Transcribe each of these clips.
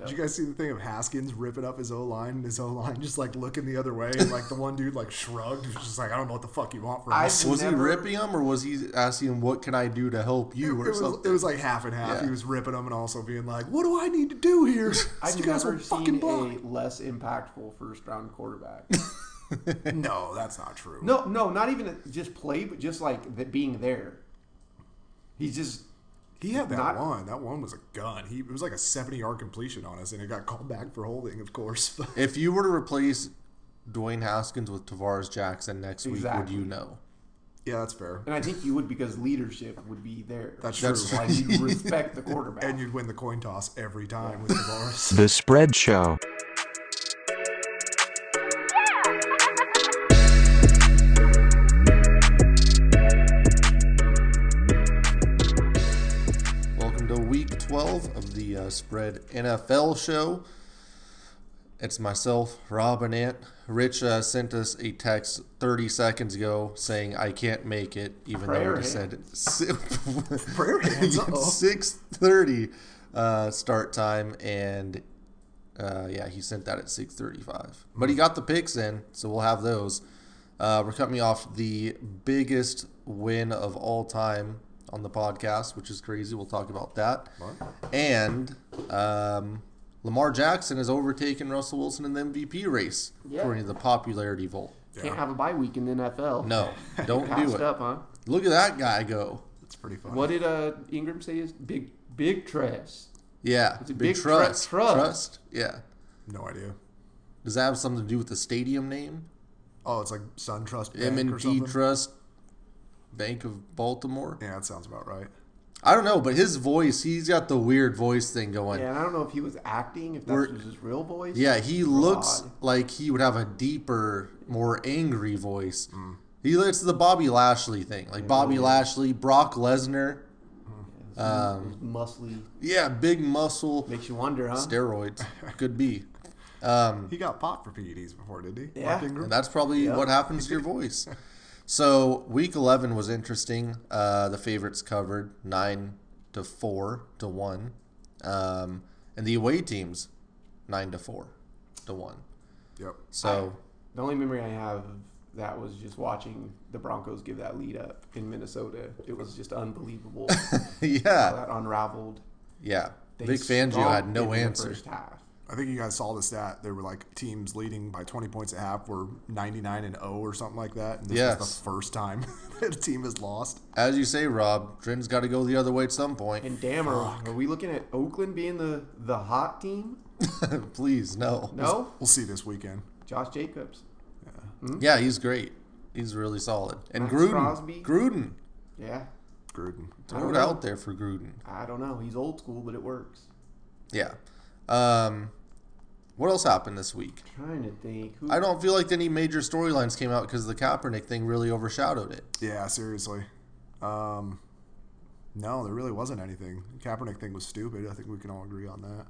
Did you guys see the thing of Haskins ripping up his O line and his O line just like looking the other way and like the one dude like shrugged, was just like I don't know what the fuck you want from I- us. Was Never- he ripping him or was he asking him, what can I do to help you It or was, something? it was like half and half. Yeah. He was ripping them and also being like, "What do I need to do here? I've you guys never will fucking seen block." a less impactful first round quarterback. No, that's not true. no, no, not even just play, but just like the, being there. He's just He had that Not- one. That one was a gun. He it was like a seventy-yard completion on us, and it got called back for holding, of course. But if you were to replace Dwayne Haskins with Tavares Jackson next week, Exactly. would you know? yeah, that's fair. And I think you would because leadership would be there. That's true. That's like you respect the quarterback. And you'd win the coin toss every time with Tavares. The Spread Show. Welcome to week 12 of the uh, Spread NFL show. It's myself, Rob, and Ant. Rich uh, sent us a text 30 seconds ago saying, I can't make it, even Prayer though I hand. said si- Prayer hands. Uh-oh. 6.30 uh, start time, and uh, yeah, he sent that at 6.35. But Hmm. he got the picks in, so we'll have those. Uh, we're coming off the biggest win of all time on the podcast, which is crazy. We'll talk about that. And um, Lamar Jackson has overtaken Russell Wilson in the MVP race, Yeah. according to the popularity vote. Can't have a bye week in the NFL. No, don't do Passed it. up, huh? Look at that guy go. That's pretty funny. What did uh, Ingram say? Is big, big trust. Yeah, a big tru- trust. Trust. Yeah. No idea. Does that have something to do with the stadium name? Oh, it's like Sun Trust Bank or M&T something. Trust Bank of Baltimore. yeah, that sounds about right. I don't know, but his voice, he's got the weird voice thing going. Yeah, and I don't know if he was acting, if that We're- was his real voice. Yeah, he looks Odd. like he would have a deeper, more angry voice. Mm. He it's the Bobby Lashley thing, like Bobby Lashley, Brock Lesnar. His- um, his muscly Yeah, big muscle, makes you wonder, huh? steroids could be. Um, He got pot for PEDs before, did he? Hmm. Yeah. Mark Ingram? and that's probably what happens to your voice. So week eleven was interesting. Uh, the favorites covered nine to four to one, um, and the away teams nine to four to one. Yep. So the only memory I have of that was just watching the Broncos give that lead up in Minnesota. It was just unbelievable how yeah, that unraveled. Yeah. They Vic Fangio stomped had it in no the answer. First half. I think you guys saw the stat. There were like teams leading by 20 points at half were 99 and 0 or something like that. And this is Yes. the first time that a team has lost. As you say, Rob, Trenton's got to go the other way at some point. And damn, are, are we looking at Oakland being the the hot team? Please, no. No, We'll see this weekend. Josh Jacobs. Yeah, he's great. He's really solid. And Max Gruden. Crosby. Gruden. Yeah, Gruden. Throw it out there for Gruden. I don't know. He's old school, but it works. Yeah. Um, what else happened this week? trying to think. Who, I don't feel like any major storylines came out because the Kaepernick thing really overshadowed it. Yeah, seriously. Um, no, there really wasn't anything. Kaepernick thing was stupid. I think we can all agree on that.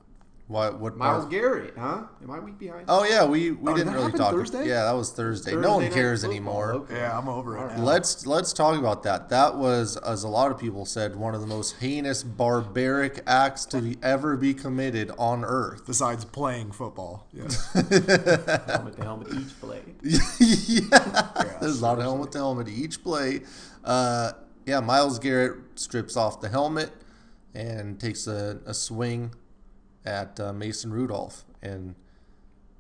Why? What? Miles part- Garrett, huh? Am I week behind? Oh yeah, we we Oh, did that didn't really happen talk. Thursday? Yeah, that was Thursday. Thursday no one night cares football, anymore. okay. Yeah, I'm over it. All right. now. Let's let's talk about that. That was, as a lot of people said, one of the most heinous, barbaric acts to be, ever be committed on Earth. Besides playing football. Yeah. helmet to helmet each play. yeah, there's a lot of helmet to helmet to each play. Uh, yeah, Miles Garrett strips off the helmet and takes a, a swing at uh, Mason Rudolph, and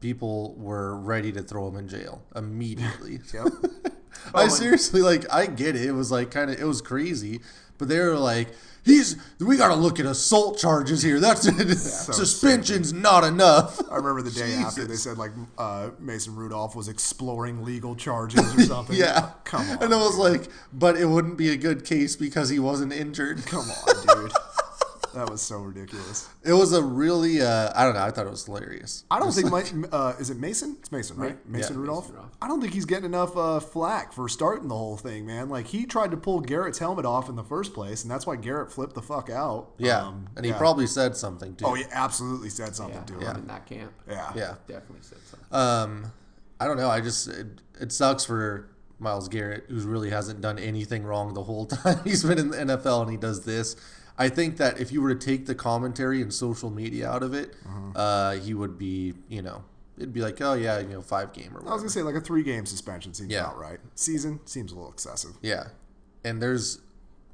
people were ready to throw him in jail immediately. yep. I seriously like I get it. It was like kind of it was crazy, but they were like, he's we gotta look at assault charges here. That's it. suspension's not enough. I remember the day after they said like uh, Mason Rudolph was exploring legal charges or something. Yeah, Come on. And I was like, but it wouldn't be a good case because he wasn't injured. Come on, dude. that was so ridiculous. It was a really uh, I don't know. I thought it was hilarious. I don't think my, uh, is it Mason? It's Mason, right? Mason Yeah, Rudolph. Mason Rudolph. I don't think he's getting enough uh, flack for starting the whole thing, man. Like he tried to pull Garrett's helmet off in the first place, and that's why Garrett flipped the fuck out. Yeah, Um, and he yeah. probably said something too. Oh, he absolutely said something Yeah, to him. I'm in that camp. Yeah. yeah. Definitely said something. Um, I don't know. I just it, it sucks for Miles Garrett, who really hasn't done anything wrong the whole time he's been in the NFL, and he does this. I think that if you were to take the commentary and social media out of it, Mm-hmm. uh, he would be, you know, it'd be like, oh yeah, you know, five game or I was whatever. gonna say like a three game suspension seems Yeah. about right. Season seems a little excessive. yeah, and there's,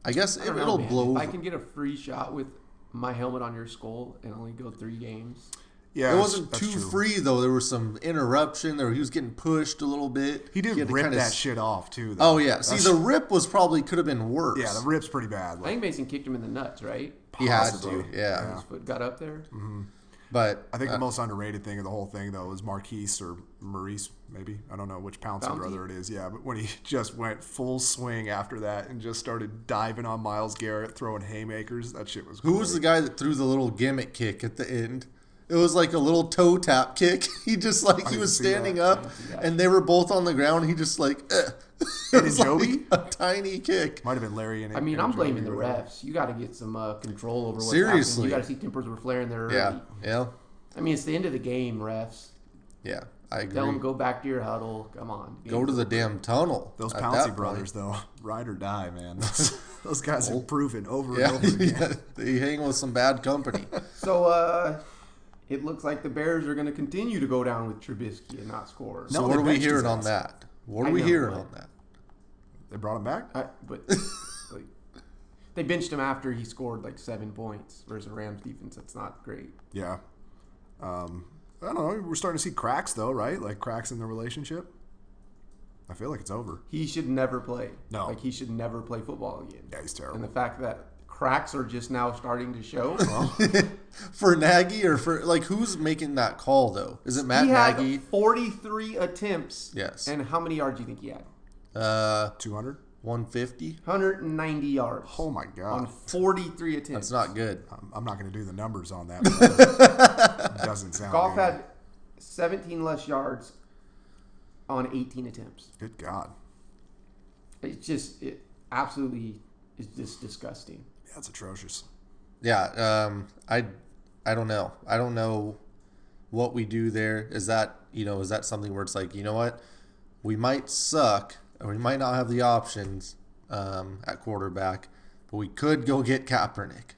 I guess I it, don't know, will Oh, man. blow. If Over. I can get a free shot with my helmet on your skull and only go three games. Yeah, it that's- wasn't that's too true. free though. There was some interruption. There he was getting pushed a little bit. He did had to rip kinda that s- shit off too. Though. Oh yeah. See, That's- the rip was probably could have been worse. yeah, the rip's pretty bad. I Like, think Mason kicked him in the nuts, right? he had to. possibly. Yeah. Mm-hmm. His foot got up there. But I think uh, the most underrated thing of the whole thing though is Marquise or Maurice, maybe I don't know which Pouncy Pouncey? brother it is. Yeah, but when he just went full swing after that and just started diving on Miles Garrett, throwing haymakers, that shit was. who was the guy that threw the little gimmick kick at the end? It was like a little toe tap kick. He just like he didn't was see that. standing up, that. and they were both on the ground. He just like eh. And it was Joby? like a tiny kick. Might have been Larry and I mean, I'm and Joey blaming the or whatever. refs. You got to get some uh, control over what's Seriously. happening. You got to see tempers were flaring there. Early. Yeah, yeah, I mean, it's the end of the game, refs. yeah. I agree. Tell them go back to your huddle. Come on. Go to the damn tunnel. Those at that Pouncey point. brothers, though, ride or die, man. Those, those guys have proven over Yeah, and over again. yeah, they hang with some bad company. So uh, it looks like the Bears are going to continue to go down with Trubisky and not score. No. so what they are we benched his hearing on ass. that? What are I we know, hearing but- on that? They brought him back. I, but like, they benched him after he scored like seven points versus Rams defense. That's not great. Yeah. Um, I don't know. We're starting to see cracks, though, right? Like cracks in the relationship. I feel like it's over. He should never play. No. Like he should never play football again. Yeah, he's And the terrible. fact that cracks are just now starting to show. for Nagy or for like who's making that call though? Is it Matt he had Nagy? 43 attempts. Yes. And how many yards do you think he had? Uh, Two hundred. 150. 190 yards Oh my on god. 43 attempts. That's not good. I'm, I'm not going to do the numbers on that. but it doesn't sound. Goff good. had 17 less yards on 18 attempts. Good God. It's just it absolutely is just disgusting. Yeah, it's atrocious. Yeah. Um. I. I don't know. I don't know what we do there. Is that you know? Is that something where it's like you know what? We might suck, or we might not have the options um, at quarterback, but we could go get Kaepernick.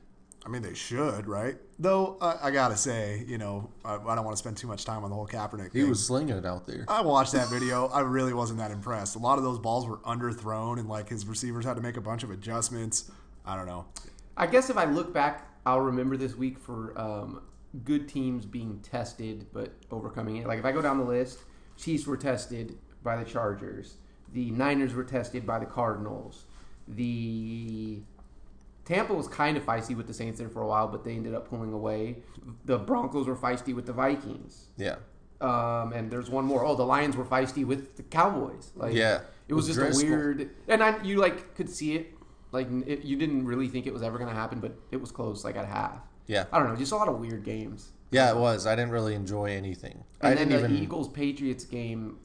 I mean, they should, right? Though I, I gotta say, you know, I, I don't want to spend too much time on the whole Kaepernick. He thing. was slinging it out Uh, there. I watched that video. I really wasn't that impressed. A lot of those balls were underthrown, and like his receivers had to make a bunch of adjustments. I don't know. I guess if I look back, I'll remember this week for um, good teams being tested but overcoming it. Like if I go down the list, Chiefs were tested by the Chargers, the Niners were tested by the Cardinals, the Tampa was kind of feisty with the Saints there for a while, but they ended up pulling away. The Broncos were feisty with the Vikings. Yeah. Um, and there's one more. Oh, the Lions were feisty with the Cowboys. Like, Yeah. it was With just Driscoll. a weird. And I, you like could see it. Like it, you didn't really think it was ever going to happen, but it was close, like at half. Yeah. I don't know, just a lot of weird games. Yeah. It was. I didn't really enjoy anything. And I then didn't the even. Eagles Patriots game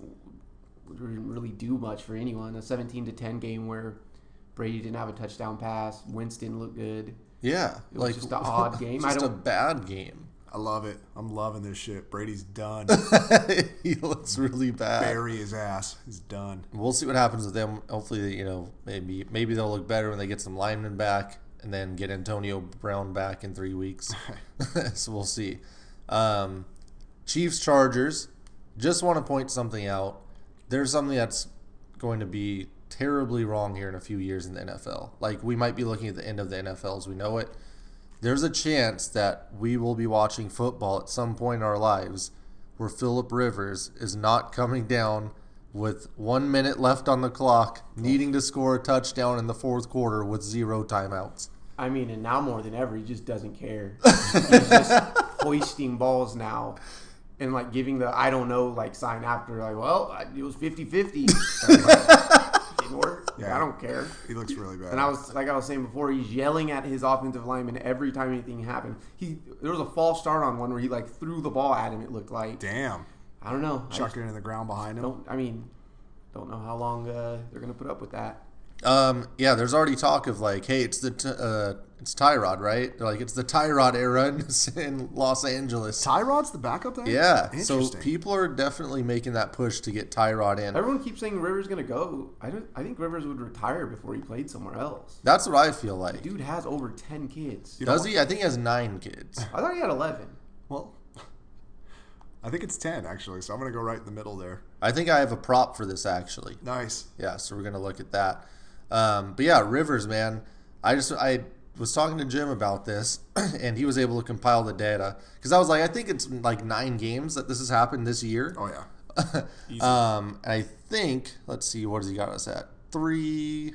didn't really do much for anyone. A 17 to 10 game where Brady didn't have a touchdown pass. Winston looked good. Yeah, It was just a odd game. I Just a don't- bad game. I love it. I'm loving this shit. Brady's done. he looks really bad. Bury his ass. He's done. We'll see what happens with them. Hopefully, you know, maybe maybe they'll look better when they get some linemen back, and then get Antonio Brown back in three weeks. so we'll see. Um, Chiefs Chargers. Just want to point something out. There's something that's going to be terribly wrong here in a few years in the NFL. Like we might be looking at the end of the NFL as we know it. there's a chance that we will be watching football at some point in our lives where Philip Rivers is not coming down with one minute left on the clock, needing to score a touchdown in the fourth quarter with zero timeouts. I mean, and now more than ever, he just doesn't care. He's just hoisting balls now and like giving the I don't know like sign after like, well, I- it was 50 50. Didn't work. Yeah. I don't care. He looks really bad. And I was like I was saying before, he's yelling at his offensive lineman every time anything happened. He there was a false start on one where he like threw the ball at him. It looked like Damn. I don't know. I Chucked just it into the ground behind him. don't I mean don't know how long uh, they're gonna put up with that. Um, yeah, there's already talk of like, hey, it's the t- uh, it's Tyrod, right? They're like it's the Tyrod era in- in Los Angeles. Tyrod's the backup there. Yeah, so Interesting. people are definitely making that push to get Tyrod in. Everyone keeps saying Rivers gonna go. I don't. I think Rivers would retire before he played somewhere else. That's what I feel like. Dude has over ten kids. Dude, Does he? I think he has nine kids. I thought he had eleven. well, I think it's ten actually. So I'm gonna go right in the middle there. I think I have a prop for this actually. Nice. Yeah, so we're gonna look at that. Um, but yeah, Rivers, man. I just I was talking to Jim about this, and he was able to compile the data because I was like, I think it's mm, like nine games that this has happened this year. Oh yeah. um, and I think let's see, what has he got us at? Three,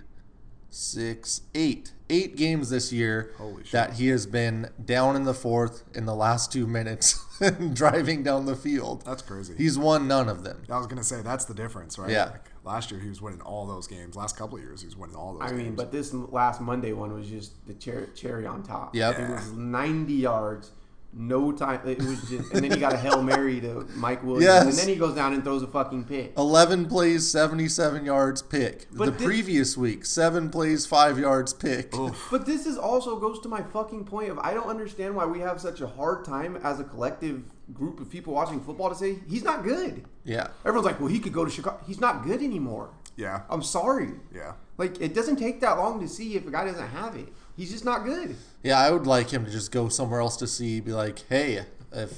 six, eight, eight games this year Holy shit. that he has been down in the fourth in the last two minutes, driving down the field. That's crazy. He's won none of them. I was gonna say that's the difference, right? Yeah. Like, last year he was winning all those games. Last couple of years he was winning all those I games. mean, but this m- last Monday one was just the cherry, cherry on top. Yep. it was ninety yards, no time. It was just, and then he got a hail mary to Mike Williams, and Yes. then he goes down and throws a fucking pick. 11 plays, 77 yards pick. But the thi- previous week, 7 plays, 5 yards pick. But this is also goes to my fucking point of I don't understand why we have such a hard time as a collective group of people watching football to say he's not good. Yeah. Everyone's like, well, he could go to Chicago. He's not good anymore. yeah, I'm sorry. yeah. Like it doesn't take that long to see if a guy doesn't have it. He's just not good. Yeah, I would like him to just go somewhere else to see, be like, hey, if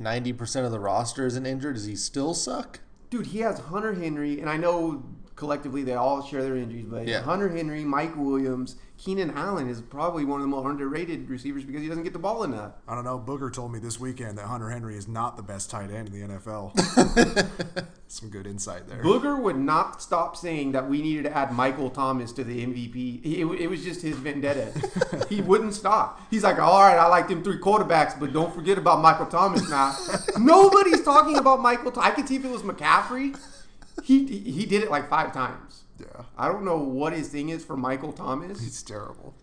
90% of the roster isn't injured, does he still suck? Dude, he has Hunter Henry, and I know collectively they all share their injuries, but Yeah. Hunter Henry, Mike Williams, Keenan Allen is probably one of the more underrated receivers because he doesn't get the ball enough. I don't know. Booger told me this weekend that Hunter Henry is not the best tight end in the NFL. Some good insight there. Booger would not stop saying that we needed to add Michael Thomas to the MVP. It, it was just his vendetta. he wouldn't stop. He's like, all right, I like them three quarterbacks, but don't forget about Michael Thomas now. Nobody's talking about Michael. Th- I could see if it was McCaffrey. He he did it like five times. Yeah, I don't know what his thing is for Michael Thomas. it's terrible.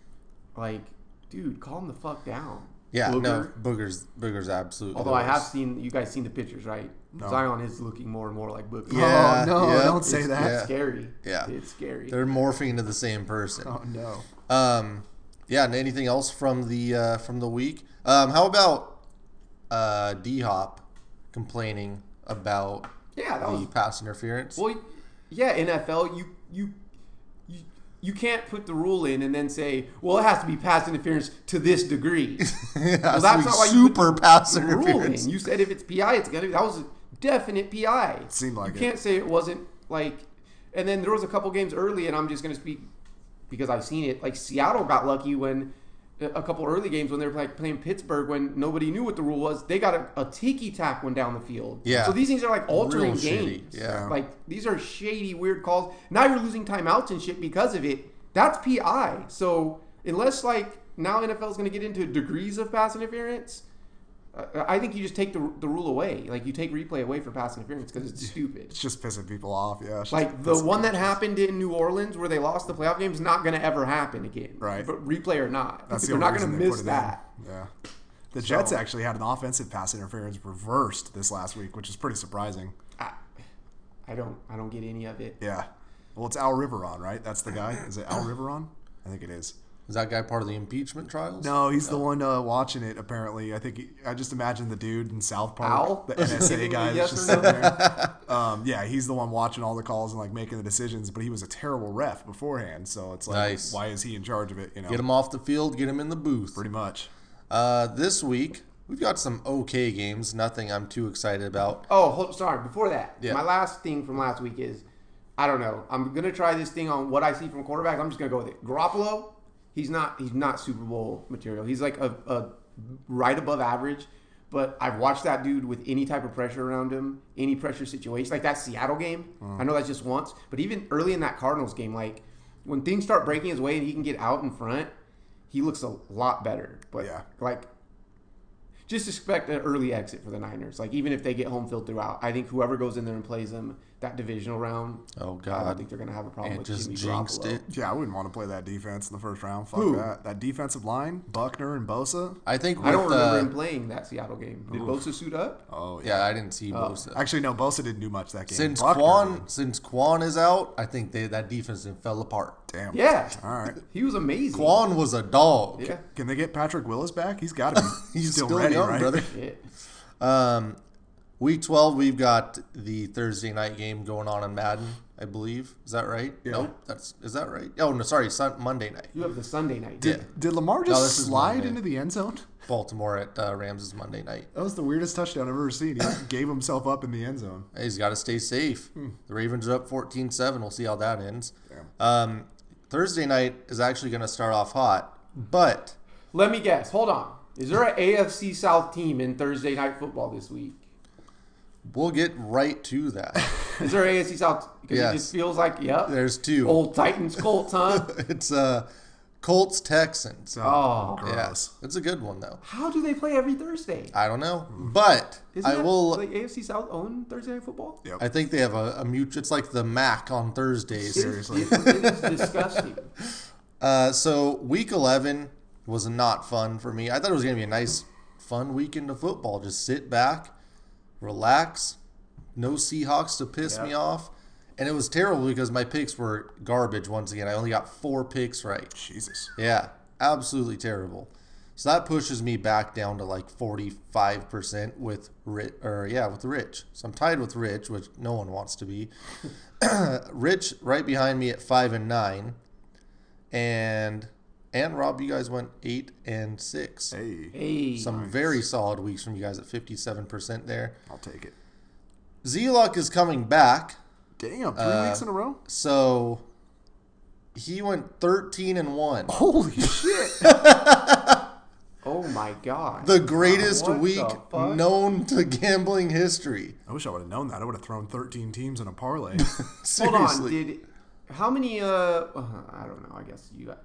Like, dude, calm the fuck down. Yeah, no, Booger. Booger's, Booger's absolutely. Although the I have worst. seen you guys seen the pictures, right? Zion is looking more and more like Booger. Yeah, oh no! yeah. Don't say It's- that. It's scary. Yeah. It's scary. They're morphing into the same person. Oh no! Um, yeah, and anything else from the uh, from the week? Um, how about uh, D Hop complaining about Yeah, that was the pass interference? well. Yeah, NFL, you you you you can't put the rule in and then say, well, it has to be pass interference to this degree. Yeah, so that's we not why you super pass The rule in. interference. You said if it's PI, it's gonna be. That was a definite PI. Seemed like you it. can't say it wasn't like. And then there was a couple games early, and I'm just gonna speak because I've seen it. Like Seattle got lucky when a couple early games when they were like playing Pittsburgh when nobody knew what the rule was. They got a, a tiki tack one down the field. Yeah. So these things are like altering Real shitty, games. yeah. Like these are shady, weird calls. Now you're losing timeouts and shit because of it. That's PI. So unless like now NFL is going to get into degrees of pass interference, I- Uh, I think you just take the, the rule away. Like you take replay away for pass interference because it's stupid. It's just pissing people off. Yeah, it's Like the just- one that happened in New Orleans where they lost the playoff game is not going to ever happen again. Right. But replay or not, That's the they're only not going to reason they miss put it in. that. Yeah. The Jets actually had an offensive pass interference reversed this last week, which is pretty surprising. I, I don't. I don't get any of it. Yeah. Well, it's Al Riveron, right? That's the guy. Is it Al Riveron? I think it is. Is that guy part of the impeachment trials? No, he's the one uh, watching it. Apparently, I think he, I just imagine the dude in South Park, Al? the Give NSA him a guy, that's yes just or no? sitting there. Um, yeah, he's the one watching all the calls and like making the decisions. But he was a terrible ref beforehand, so it's like, Nice. why is he in charge of it? You know, Get him off the field. Get him in the booth. pretty much. Uh, this week we've got some okay games. Nothing I'm too excited about. Oh, hold, sorry. Before that, Yeah. my last thing from last week is, I don't know. I'm gonna try this thing on what I see from quarterbacks. I'm just gonna go with it. Garoppolo, he's not he's not Super Bowl material. He's like a, a right above average. But I've watched that dude with any type of pressure around him, any pressure situation, like that Seattle game. I know that's just once, but even early in that Cardinals game, like when things start breaking his way and he can get out in front, he looks a lot better. But Yeah. like just expect an early exit for the Niners. Like even if they get home field throughout, I think whoever goes in there and plays them, that divisional round. uh, I Oh don't God, think they're going to have a problem and with just Jimmy jinxed Garoppolo. it. Yeah, I wouldn't want to play that defense in the first round. Fuck Who? that. That defensive line, Buckner and Bosa. I think. With, I don't remember uh, him playing that Seattle game. Did Bosa suit up? Oh Yeah, I didn't see Bosa. Actually, no, Bosa didn't do much that game. Since Buckner Quan, did. since Quan is out, I think they, that defense then fell apart. damn. Yeah. All right. He was amazing. Quan was a dog. Yeah. Can they get Patrick Willis back? He's got to be. He's still, ready, young, right? brother. yeah. Um, week twelve, we've got the Thursday night game going on in Madden. I believe is that right? Yeah. Nope, that's is that right? Oh no, sorry, Sun, Monday night. You have the Sunday night. Did- game. Did Lamar No, this just is slide Monday. into the end zone? Baltimore at uh, Rams is Monday night. That was the weirdest touchdown I've ever seen. He gave himself up in the end zone. He's got to stay safe. Hmm. The Ravens are up 14 7. We'll see how that ends. Damn. Um, Thursday night is actually going to start off hot, but Let me guess. Hold on. Is there an AFC South team in Thursday night football this week? we'll get right to that. Is there an AFC South? Because Yes. it just feels like, yep. There's two. Old Titans Colts, huh? It's uh, Colts Texans. So, Oh. gross. Yeah, it's a good one, though. How do they play every Thursday? I don't know, but Isn't I that, will. like AFC South own Thursday night football? Yep. I think they have a, a mute. It's like the Mac on Thursdays. Seriously. It, it is disgusting. Uh, so week 11 was not fun for me. I thought it was going to be a nice, fun weekend of football. Just sit back, relax, no Seahawks to piss me off. And it was terrible because my picks were garbage once again. I only got four picks right. Jesus. Yeah, absolutely terrible. So that pushes me back down to like 45% with Rich, or yeah, with Rich. So I'm tied with Rich, which no one wants to be. Rich right behind me at 5 and 9. And and Rob, you guys went 8 and 6. Hey, Hey. Some very solid weeks from you guys at 57% there. I'll take it. Z Luck is coming back. Damn, three Uh, weeks in a row? So he went 13 and 1. Holy shit. oh my god. The greatest What the week fuck? known to gambling history. I wish I would have known that. I would have thrown 13 teams in a parlay. Hold Seriously. on. Did how many? Uh, uh, I don't know. I guess you got.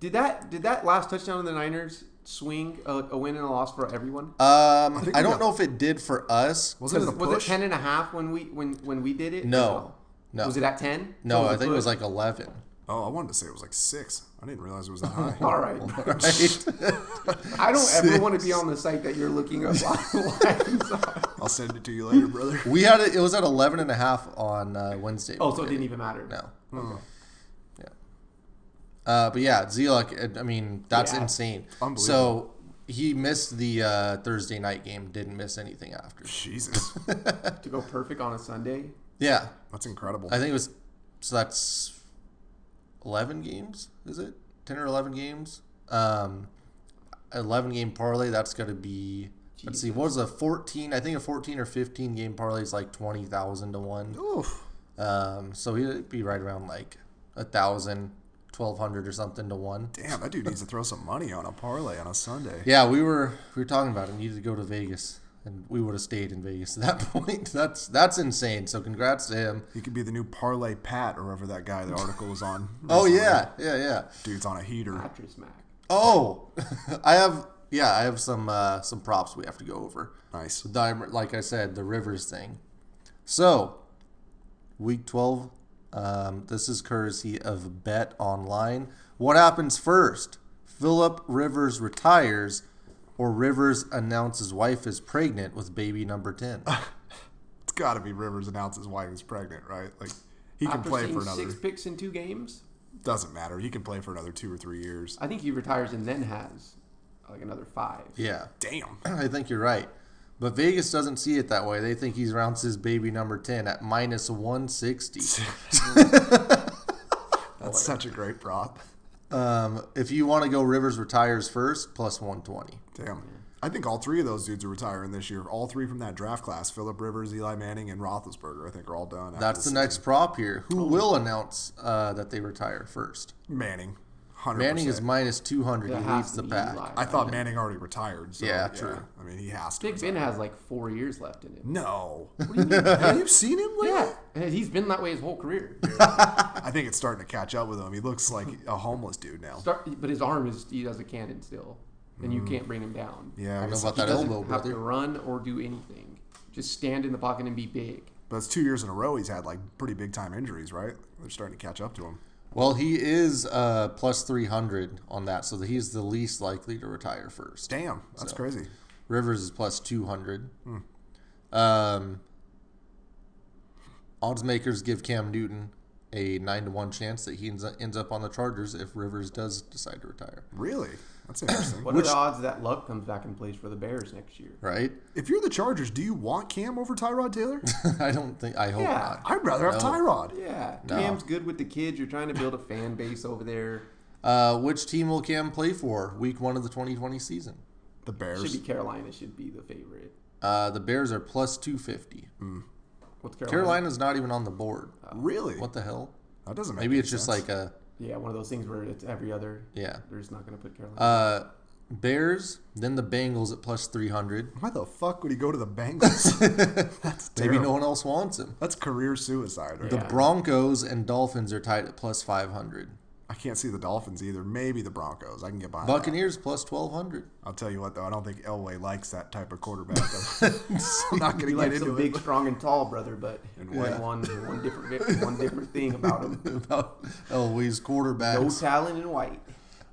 Did that? Did that last touchdown of the Niners swing a, a win and a loss for everyone? um, think I, we don't got- know if it did for us. Wasn't it a Was it push? ten and a half when we when when we did it? No. No. Was it at ten? no, I think it was like 11. Oh, I wanted to say it was like six. I didn't realize it was that high. All right. Right? I don't ever want to be on the site that you're looking up lines. are. I'll send it to you later, brother. we had it, it was at 11 and a half on uh, Wednesday. oh, so it didn't even matter. No. Oh, Yeah. Uh, but yeah, Zelok, I mean, that's Yeah. insane. Unbelievable. So he missed the uh, Thursday night game, didn't miss anything after. Jesus. To go perfect on a Sunday. Yeah. That's incredible. I think it was, so that's 11 games, is it? 10 or 11 games? Um, 11 game parlay, that's going to be, let's see, what was a 14? I think a 14 or 15 game parlay is like 20,000 to 1. Oof. Um, so he'd be right around like a 1,000, 1,200 or something to 1. Damn, that dude needs to throw some money on a parlay on a Sunday. Yeah, we were we were talking about it. Needed to go to Vegas, and we would have stayed in Vegas at that point. That's that's insane. So congrats to him. He could be the new parlay Pat or whoever that guy the article was on. Oh recently. yeah, yeah, yeah. Dude's on a heater. Mattress Mac. Oh, I have yeah, I have some uh, some props we have to go over. Nice. The- Like I said, the Rivers thing. So, week twelve. Um, this is courtesy of Bet Online. What happens first? Philip Rivers retires, or Rivers announces wife is pregnant with baby number ten. It's got to be Rivers announces wife is pregnant, right? Like, he can After play seeing for another. six picks in two games, Doesn't matter. He can play for another two or three years. I think he retires and then has like another five. Yeah. Damn. I think you're right. But Vegas doesn't see it that way. They think he's rounds his baby number 10 at minus 160. That's such a great prop. Um, if you want to go Rivers retires first, plus 120. Damn. I think all three of those dudes are retiring this year. All three from that draft class: Philip Rivers, Eli Manning, and Roethlisberger. I think are all done. after That's this the season. next prop here. Who will announce uh, that they retire first? Manning. Hundred Manning is minus 200. That he has leads to the be pack. Eli. I thought Manning already retired. So, Yeah, true. I mean, he has to. Big Ben retire. has like four years left in him. No. What do you mean? Have you seen him? Like, Yeah, and he's been that way his whole career. I think it's starting to catch up with him. He looks like a homeless dude now. Start, but his arm is he does a cannon still, and you can't bring him down. Yeah. I I don't guess know about he Mm. that doesn't elbow, have to brother. run or do anything. Just stand in the pocket and be big. But it's two years in a row he's had like pretty big time injuries, right? They're starting to catch up to him. Well, he is uh, plus 300 on that, so he's the least likely to retire first. Damn, that's So. crazy. Rivers is plus 200. Um, odds makers give Cam Newton a 9 to 1 chance that he ends up- ends up on the Chargers if Rivers does decide to retire. Really? That's interesting. What Which- are the odds that Luck comes back and plays for the Bears next year? Right? if you're the Chargers, do you want Cam over Tyrod Taylor? I don't think. I hope Yeah. not. I'd rather have No. Tyrod. Yeah, No. Cam's good with the kids. You're trying to build a fan base over there. Uh, which team will Cam play for week one of the 2020 season? The Should Bears. be Carolina. Should be the favorite. Uh, the Bears are plus 250. Mm-hmm. What's Carolina? Carolina's not even on the board. Really? uh, What the hell? That doesn't make Maybe any it's just sense. like a. Yeah, one of those things where it's every other. Yeah. They're just not going to put Carolina. Uh, Bears, then the Bengals at plus 300. why the fuck would he go to the Bengals? that's terrible. Maybe no one else wants him. That's career suicide. Right? The Yeah. Broncos and Dolphins are tied at plus 500. I can't see the Dolphins either. Maybe the Broncos. I can get behind. that. Buccaneers plus 1200. I'll tell you what though, I don't think Elway likes that type of quarterback. though. I'm not going he to get likes into some it. big, strong, and tall brother, but And one, one, one different, one different thing about him. About Elway's No quarterbacks. talent in white.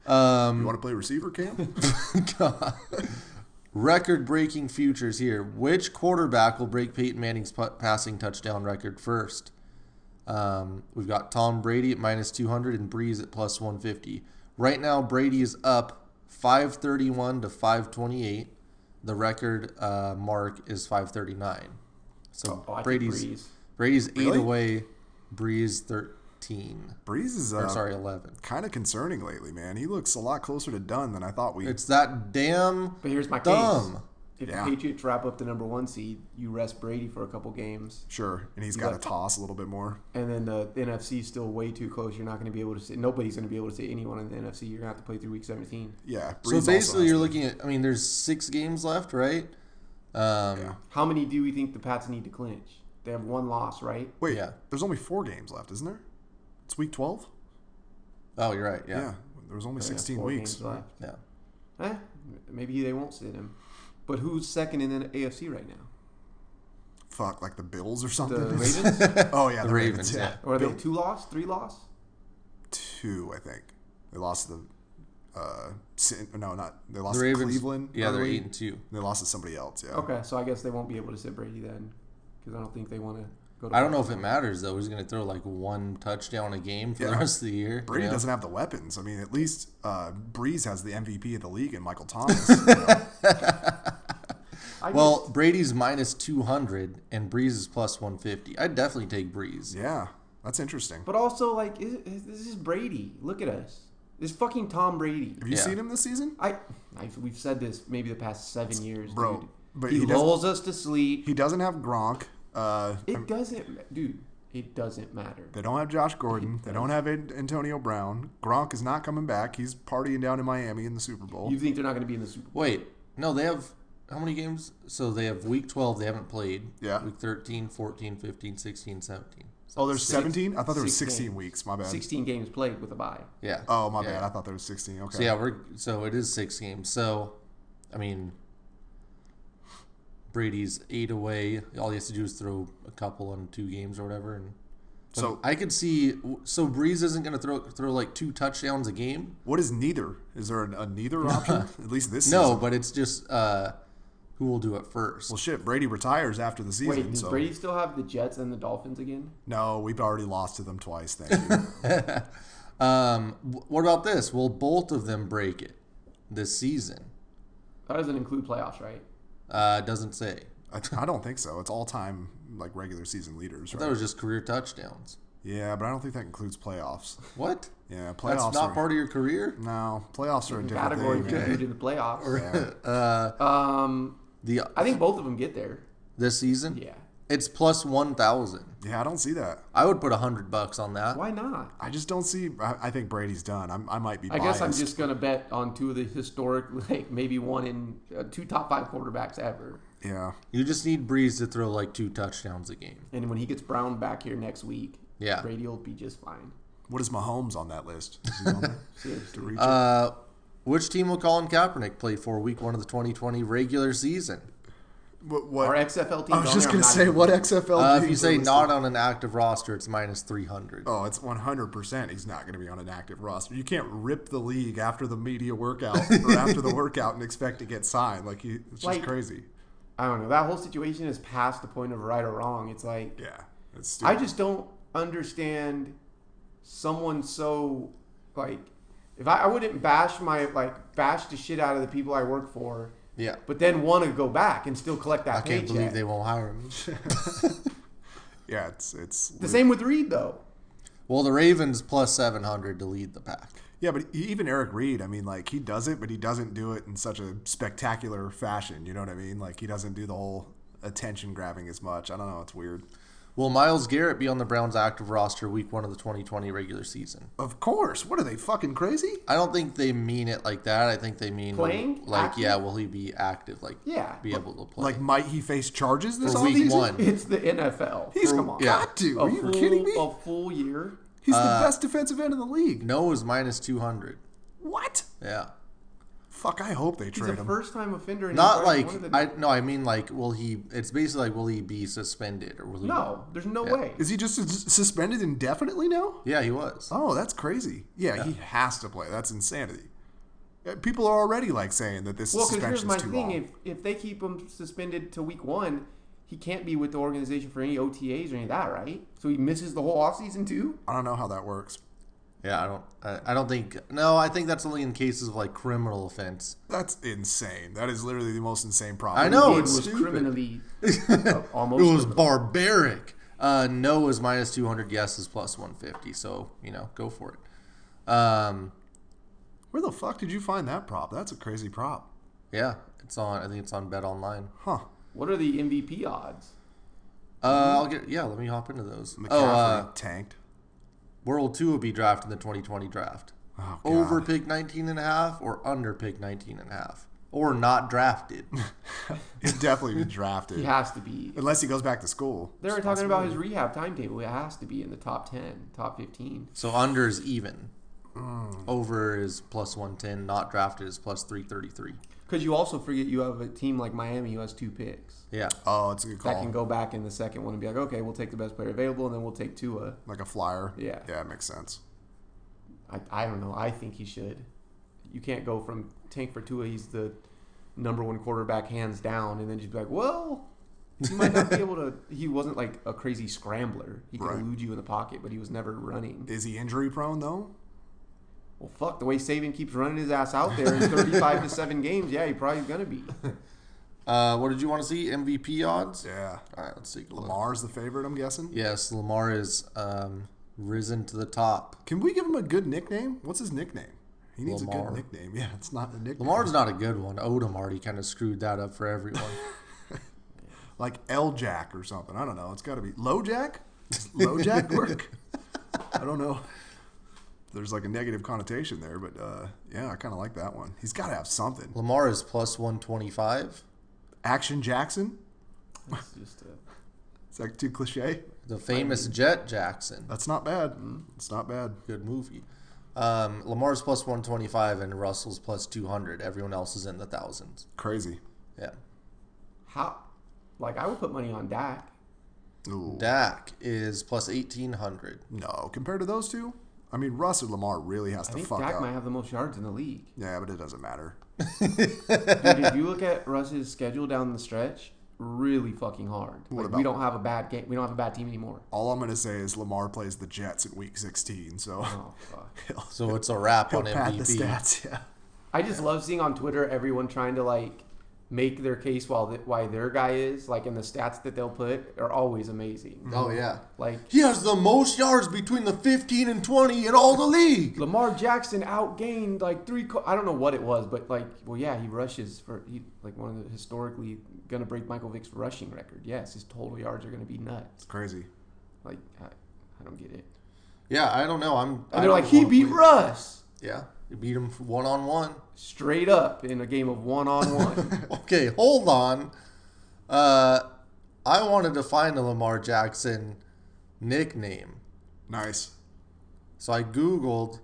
Um, You want to play receiver, Cam? record breaking futures here. Which quarterback will break Peyton Manning's pu- passing touchdown record first? Um, we've got Tom Brady at minus 200 and Breeze at plus 150. Right now, Brady is up 531 to 528. The record uh, mark is 539. So Oh, I think Brady's Breeze. Brady's Really? eight away. Breeze 13. Breeze is Or, uh, sorry, 11. kind of concerning lately, man. He looks a lot closer to done than I thought we. It's that damn But here's my dumb. case. If Yeah. the Patriots wrap up the number one seed, you rest Brady for a couple games, sure, and he's got to But- toss a little bit more. and then the, the NFC is still way too close. You're not going to be able to sit. Nobody's going to be able to sit anyone in the NFC. You're going to have to play through week 17. Yeah. So Breeze also basically, has you're to- looking at. I mean, there's six games left, right? Um, Yeah. How many do we think the Pats need to clinch? They have one loss, right? Wait, Yeah. there's only four games left, isn't there? It's week twelve. Oh, you're right. Yeah. Yeah. There was only They have sixteen four weeks. games left. Yeah. Eh, maybe they won't sit him. But who's second in the AFC right now? Fuck, like the Bills or The something. Ravens? oh yeah, The the, Ravens, Ravens. yeah. yeah. Or are they Bill- two loss, three loss? two, I think. They lost to the uh, Sin- no, not they lost The to Ravens. Cleveland. yeah, they're early. eight and two. They lost to somebody else. Yeah. Okay, so I guess they won't be able to sit Brady then, because I don't think they want to go. to I don't know if it matters though. He's going to throw like one touchdown a game for the Yeah. rest of the year. Brady you know? doesn't have the weapons. I mean, at least uh, Breeze has the MVP of the league and Michael Thomas. you know. I Well, Brady's minus two hundred and Breeze is plus one fifty. I'd definitely take Breeze. Yeah, that's interesting. but also like is, is, this is Brady. Look at us. This is fucking Tom Brady. Have you Yeah. seen him this season? I, I we've said this maybe the past seven years, Bro, dude. but he, he doesn't- lulls us to sleep. He doesn't have Gronk. Uh, It doesn't, ma- dude. It doesn't matter. they don't have Josh Gordon. They don't have An- Antonio Brown. Gronk is not coming back. He's partying down in Miami in the Super Bowl. You think they're not going to be in the Super Bowl? Wait, no, they have how many games? So they have week twelve. They haven't played. Yeah. Week 13, 14, 15, 16, 17. So oh, there's six- 17? I thought there was six 16 games. weeks. My bad. Sixteen games played with a bye. Yeah. Oh, my Yeah. bad. I thought there was 16. Okay. So yeah, we're so it is six games. So, I mean, Brady's eight away. All he has to do is throw a couple in two games or whatever. And but So- I could see. So Breeze isn't going to throw throw like two touchdowns a game. What is neither? Is there an, a neither option? At least this season. No, but it's just uh, who will do it first. Well, shit. Brady retires after the season. Wait, does so Brady still have the Jets and the Dolphins again? no, we've already lost to them twice. Thank you. Um, wh- what about this? Will both of them break it this season? That doesn't include playoffs, right? Uh, it doesn't say. I, I don't think so. It's all time like regular season leaders, I thought it right? was just career touchdowns. Yeah, but I don't think that includes playoffs. What? Yeah, That's playoffs. not are, part of your career. no, playoffs are a different Category thing. could include in the playoffs. Yeah. Uh, Um, the I think both of them get there. this season. Yeah. It's plus one thousand. Yeah, I don't see that. I would put a hundred bucks on that. Why not? I just don't see. I, I think Brady's done. I'm, I might be. I Biased. guess I'm just gonna bet on two of the historic, like maybe one in uh, two top five quarterbacks ever. Yeah, You just need Breeze to throw like two touchdowns a game. And when he gets Brown back here next week, Yeah. Brady will be just fine. what is Mahomes on that list? Is he on there? Seriously. Reach it? Uh, which team will Colin Kaepernick play for Week One of the 2020 regular season? What? Our what? XFL teams. I was just on there, gonna I'm not say even- what XFL. Oh, Uh, if teams you are say listed. not on an active roster, it's minus 300. Oh, it's 100%. He's not going to be on an active roster. You can't rip the league after the media workout or after the workout and expect to get signed. Like, you, it's just Like- crazy. I don't know. That whole situation is past the point of right or wrong. It's like Yeah. It's stupid. I just don't understand someone so like if I, I wouldn't bash my like bash the shit out of the people I work for, Yeah. but then want to go back and still collect that I can't paycheck. believe they won't hire him. yeah, it's it's the same with Reed though. well, the Ravens plus 700 to lead the pack. Yeah, but e- even Eric Reed, I mean, like he does it, but he doesn't do it in such a spectacular fashion. You know what I mean? Like he doesn't do the whole attention grabbing as much. I don't know. It's weird. Will Miles Garrett be on the Browns active roster week one of the 2020 regular season? Of course. What are they fucking crazy? I don't think they mean it like that. I think they mean Playing? like Active? yeah, will he be active? Like Yeah. be able to play Like, might he face charges this for offseason? week one. It's the NFL. He's Come on. yeah. got to. A Are you full, uh, kidding me? A full year. He's the best defensive end in the league. No is minus 200. What? Yeah, Fuck! I hope they He's trade a him. first time offender. and not he's like one of the- I no. I mean like will he? It's basically like will he be suspended or will he? no, there's no way. Is he just sus- suspended indefinitely now? Yeah, he was. Oh, that's crazy. Yeah, he has to play. That's insanity. Uh, People are already like saying that this Well, because here's suspension my is too thing: long. if if they keep him suspended to week one, he can't be with the organization for any OTAs or any of that, right? So he misses the whole offseason too. I don't know how that works. Yeah, I don't. I, I don't think. No, I think that's only in cases of like criminal offense. That's insane. That is literally the most insane problem. I know It Oh, it's was stupid. criminally uh, almost. It was criminal. barbaric. Uh, no is minus 200. Yes is plus 150. So you know, go for it. Um, Where the fuck did you find that prop? That's a crazy prop. yeah, it's on. I think it's on Bet Online. Huh. What are the MVP odds? Uh, I'll get. Yeah, let me hop into those. Mm-hmm. McCaffrey Oh, uh, tanked. World Two will be drafted in the 2020 draft. Oh, God. Over pick 19 and a half or under pick 19 and a half or not drafted. He'd definitely be drafted. He has to be. Unless he goes back to school. They were talking about his rehab timetable. It has to be in the top ten, top fifteen. So under is even. Hmm. Over is plus 110. Not drafted is plus 333. Because you also forget you have a team like Miami who has two picks. Yeah. Oh, it's a good That call. can go back in the second one and be like, okay, we'll take the best player available, and then we'll take Tua. Like a flyer. Yeah. Yeah, it makes sense. I, I don't know. I think he should. You can't go from tank for Tua. He's the number one quarterback hands down, and then just be like, well, he might not be able to. He wasn't like a crazy scrambler. He could Right. elude you in the pocket, but he was never running. Is he injury prone though? Well, fuck the way Saban keeps running his ass out there in thirty-five to seven games. Yeah, he probably gonna be. Uh, what did you want to see? MVP odds? Yeah. All right, let's take a look. Lamar's the favorite, I'm guessing. Yes, Lamar is um, risen to the top. Can we give him a good nickname? What's his nickname? He needs Lamar. a good nickname. Yeah, it's not a nickname. Lamar's not a good one. Odom already kind of screwed that up for everyone. like L Jack or something. I don't know. It's got to be Low Jack. Does Low Jack work? I don't know. There's like a negative connotation there, but uh, yeah, I kind of like that one. He's got to have something. Lamar is plus 125. Action Jackson. That's just a, Is that too cliche? The famous Jet Jackson. That's not bad. It's not bad. Good movie. Um, Lamar's plus 125 and Russell's plus 200. Everyone else is in the thousands. Crazy. Yeah. how. Like I would put money on Dak. Ooh. Dak is plus 1800. no, compared to those two, I mean, Russ or Lamar really has I to think fuck Dak up. might have the most yards in the league. Yeah, but it doesn't matter. Dude, if you look at Russ's schedule down the stretch, really fucking hard. What Like, about- we don't have a bad game. We don't have a bad team anymore. All I'm gonna say is Lamar plays the Jets in Week 16, so Oh fuck! he'll, So it's a wrap he'll on pad the MVP. stats. Yeah. I just love seeing on Twitter everyone trying to like make their case while th- why their guy is like, and the stats that they'll put are always amazing. Oh, yeah. Like He has the most yards between the 15 and 20 in all the league. Lamar Jackson outgained like three. Co- I don't know what it was, but like, well, yeah, he rushes for he like one of the historically gonna break Michael Vick's rushing record. Yes, his total yards are gonna be nuts. It's crazy. Like, I, I don't get it. Yeah, I don't know. I'm. I And they're like, don't he wanna beat play- Russ. Yeah, he beat him one on one. straight up in a game of one on one. Okay, hold on. Uh, I wanted to find a Lamar Jackson nickname. Nice. So I googled,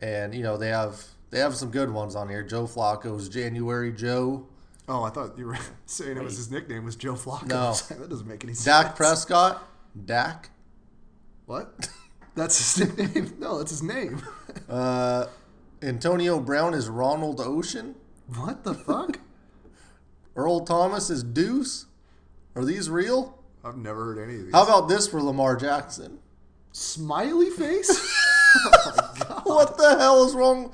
and you know they have they have some good ones on here. Joe Flacco's January Joe. Oh, I thought you were saying it was his nickname was Joe Flacco. No. I was like, that doesn't make any sense. Dak Prescott, Dak. What? That's his nickname? No, that's his name. Uh, Antonio Brown is Ronald Ocean. What the fuck? Earl Thomas is Deuce. Are these real? I've never heard any of these. How about this for Lamar Jackson? Smiley face? What the hell is wrong?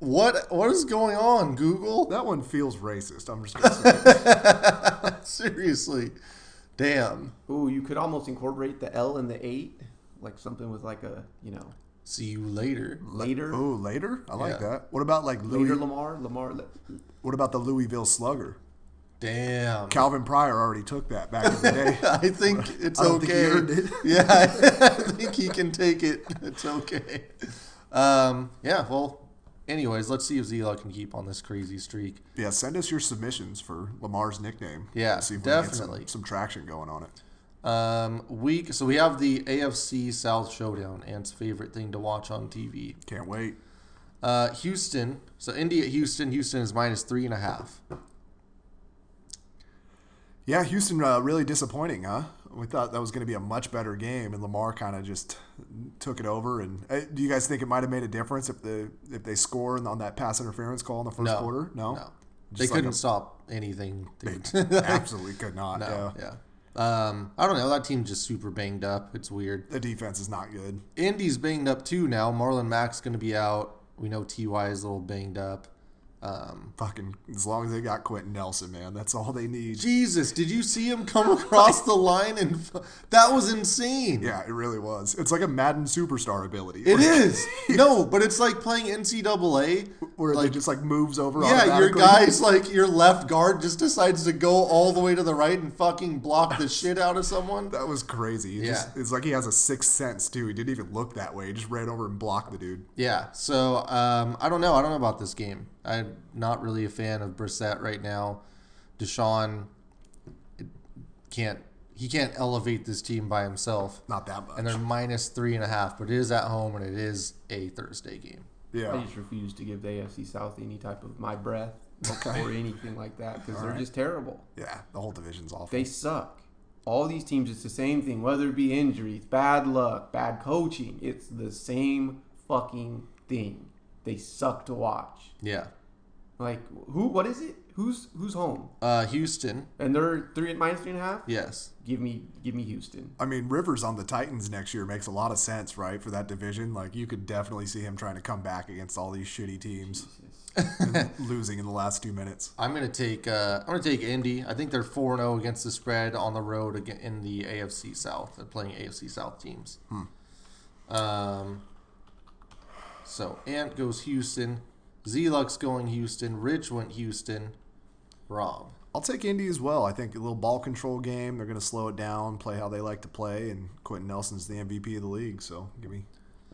What what is going on, Google? that one feels racist. I'm just gonna say. Seriously. Damn. Ooh, you could almost incorporate the L and the eight, like something with like a you know See you later. later, Oh, later? I like Yeah. that. What about like Louis, later Lamar, Lamar. Le- What about the Louisville Slugger? Damn. Calvin Pryor already took that back in the day. I think it's I don't okay. think he earned it. Yeah, I, think he can take it. It's okay. Um, yeah, well, anyways, let's see if Zelo can keep on this crazy streak. yeah, send us your submissions for Lamar's nickname. Yeah, see if we can get definitely. some, some traction going on it. Um, week so we have the AFC South showdown, Ant's favorite thing to watch on TV. Can't wait. Uh, Houston, so Indy at Houston. Houston is minus three and a half. Yeah, Houston uh, really disappointing, huh? We thought that was going to be a much better game, and Lamar kind of just took it over. And uh, do you guys think it might have made a difference if the if they score on that pass interference call in the first No, quarter? No, no, they Just like couldn't a- stop anything. dude. absolutely could not. no, yeah. yeah. Um, I don't know. That team's just super banged up. It's weird. The defense is not good. Indy's banged up too now. Marlon Mack's going to be out. We know Ty is a little banged up. Um, Fucking as long as they got Quentin Nelson, man, that's all they need. Jesus, did you see him come across the line? And f- that was insane. Yeah, it really was. It's like a Madden superstar ability. It is no, but it's like playing NCAA. where like, it just like moves over. yeah, your automatically. guy's like your left guard just decides to go all the way to the right and fucking block the shit out of someone. That was crazy. He Yeah. just, it's like he has a sixth sense too. He didn't even look that way. He just ran over and blocked the dude. Yeah, so um, I don't know. I don't know about this game. I'm not really a fan of Brissett right now. Deshaun can't he can't elevate this team by himself, Not that much. and they're minus three and a half. But it is at home, and it is a Thursday game. yeah. I just refuse to give the AFC South any type of my breath or anything like that because they're just terrible. Yeah, the whole division's awful. They suck. All these teams, it's the same thing. Whether it be injuries, bad luck, bad coaching, it's the same fucking thing. They suck to watch. Yeah, Like who? What is it? Who's who's home? uh, Houston. And they're three minus three and a half. Yes, Give me give me Houston. I mean, Rivers on the Titans next year makes a lot of sense, right? For that division, like you could definitely see him trying to come back against all these shitty teams, and losing in the last two minutes. I'm gonna take uh, I'm gonna take Indy. I think they're four zero against the spread on the road aga- in the AFC South. They're playing AFC South teams. Hmm. Um, so Ant goes Houston. Zelux going Houston. Rich went Houston. Rob. I'll take Indy as well. I think a little ball control game. They're going to slow it down, play how they like to play, and Quentin Nelson's the MVP of the league. So give me,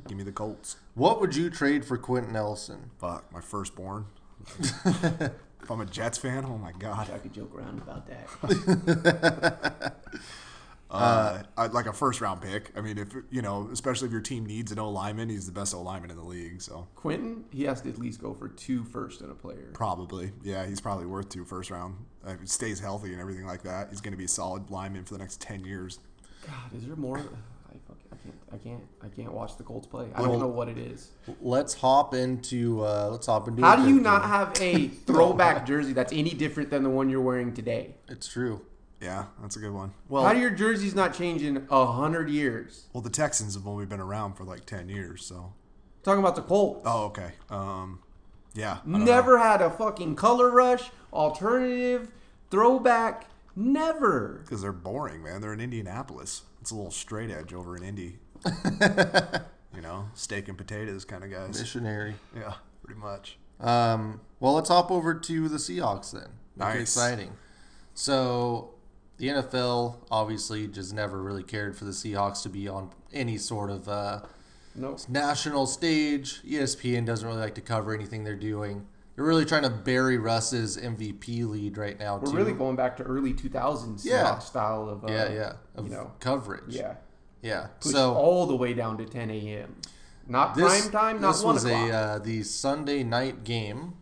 give me the Colts. What would you trade for Quentin Nelson? Fuck, my firstborn. if I'm a Jets fan, oh my god. I could joke around about that. uh, I'd like a first round pick. I mean, if you know, especially if your team needs an O lineman, he's the best O lineman in the league. So Quentin, he has to at least go for two first and a player. probably, yeah, he's probably worth two first round. Uh, If he stays healthy and everything like that, he's going to be a solid lineman for the next ten years. God, is there more? I, fucking, I can't I can't I can't watch the Colts play. I don't know what it is. Let's hop into uh, let's hop into. How a do good you game. not have a throwback jersey that's any different than the one you're wearing today? It's true. Yeah, that's a good one. How Well, do your jerseys not change in a hundred years? well, the Texans have only been around for like ten years. So, Talking about the Colts. oh, okay, um, yeah, I don't know. Never had a fucking color rush, alternative, throwback. Never. Because they're boring, man. They're in Indianapolis. It's a little straight edge over in Indy. you know, steak and potatoes kind of guys. Missionary. Yeah, pretty much. Um, well, let's hop over to the Seahawks then. That's Nice. exciting. So the NFL obviously just never really cared for the Seahawks to be on any sort of uh, Nope. national stage. E ESPN doesn't really like to cover anything they're doing. They're really trying to bury Russ's MVP lead right now. We're too. really going back to early 2000s Yeah. Seahawks style of uh, yeah, yeah, of you know, coverage. yeah, yeah. Pushed So all the way down to 10 a.m. Not this prime time, not this one was uh, o'clock. a uh, the Sunday night game.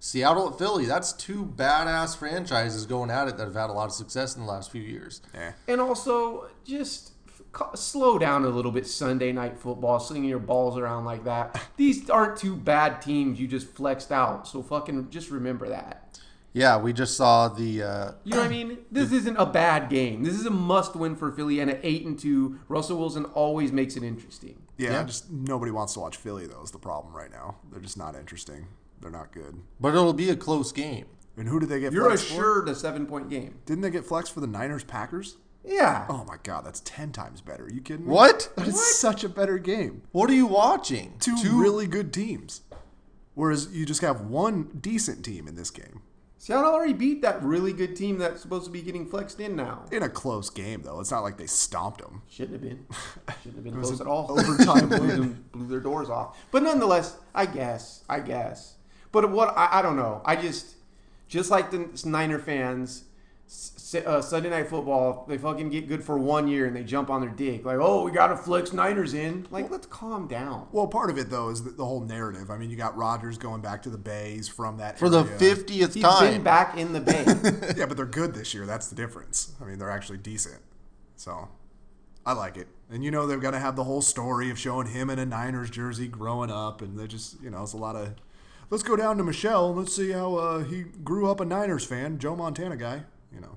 Seattle at Philly. That's two badass franchises going at it that have had a lot of success in the last few years. Yeah. And also, just f- ca- slow down a little bit Sunday night football, slinging your balls around like that. These aren't two bad teams you just flexed out. So fucking just remember that. Yeah, we just saw the. Uh, You know what I mean? This isn't a bad game. This is a must win for Philly and an 8 and 2. Russell Wilson always makes it interesting. yeah, Just nobody wants to watch Philly though. Is the problem right now? They're just not interesting. They're not good. but it'll be a close game. And who did they get? You're flexed for? assured a seven point game. Didn't they get flex for the Niners Packers? Yeah. Oh my god, that's ten times better. Are you kidding me? What? That is such a better game. What are you watching? Two, really good teams. Whereas you just have one decent team in this game. Seattle already beat that really good team that's supposed to be getting flexed in now. In a close game though, it's not like they stomped them. Shouldn't have been. Shouldn't have been was close an at all. overtime blew, them, blew their doors off. But nonetheless, I guess. I guess. But what I, I don't know. I just just like the Niner fans. S- uh, Sunday night football, they fucking get good for one year and they jump on their dick like, oh, we got to flex Niners in. Like, let's calm down. Well, part of it though is the, the whole narrative. I mean, you got Rodgers going back to the Bays from that For the area. fiftieth He's been time. back in the bay. yeah, but they're good this year. That's the difference. I mean, they're actually decent. So I like it. And you know they're gonna have the whole story of showing him in a Niners jersey growing up, and they just you know it's a lot of. Let's go down to Michelle and let's see how uh, he grew up a Niners fan, Joe Montana guy. You know,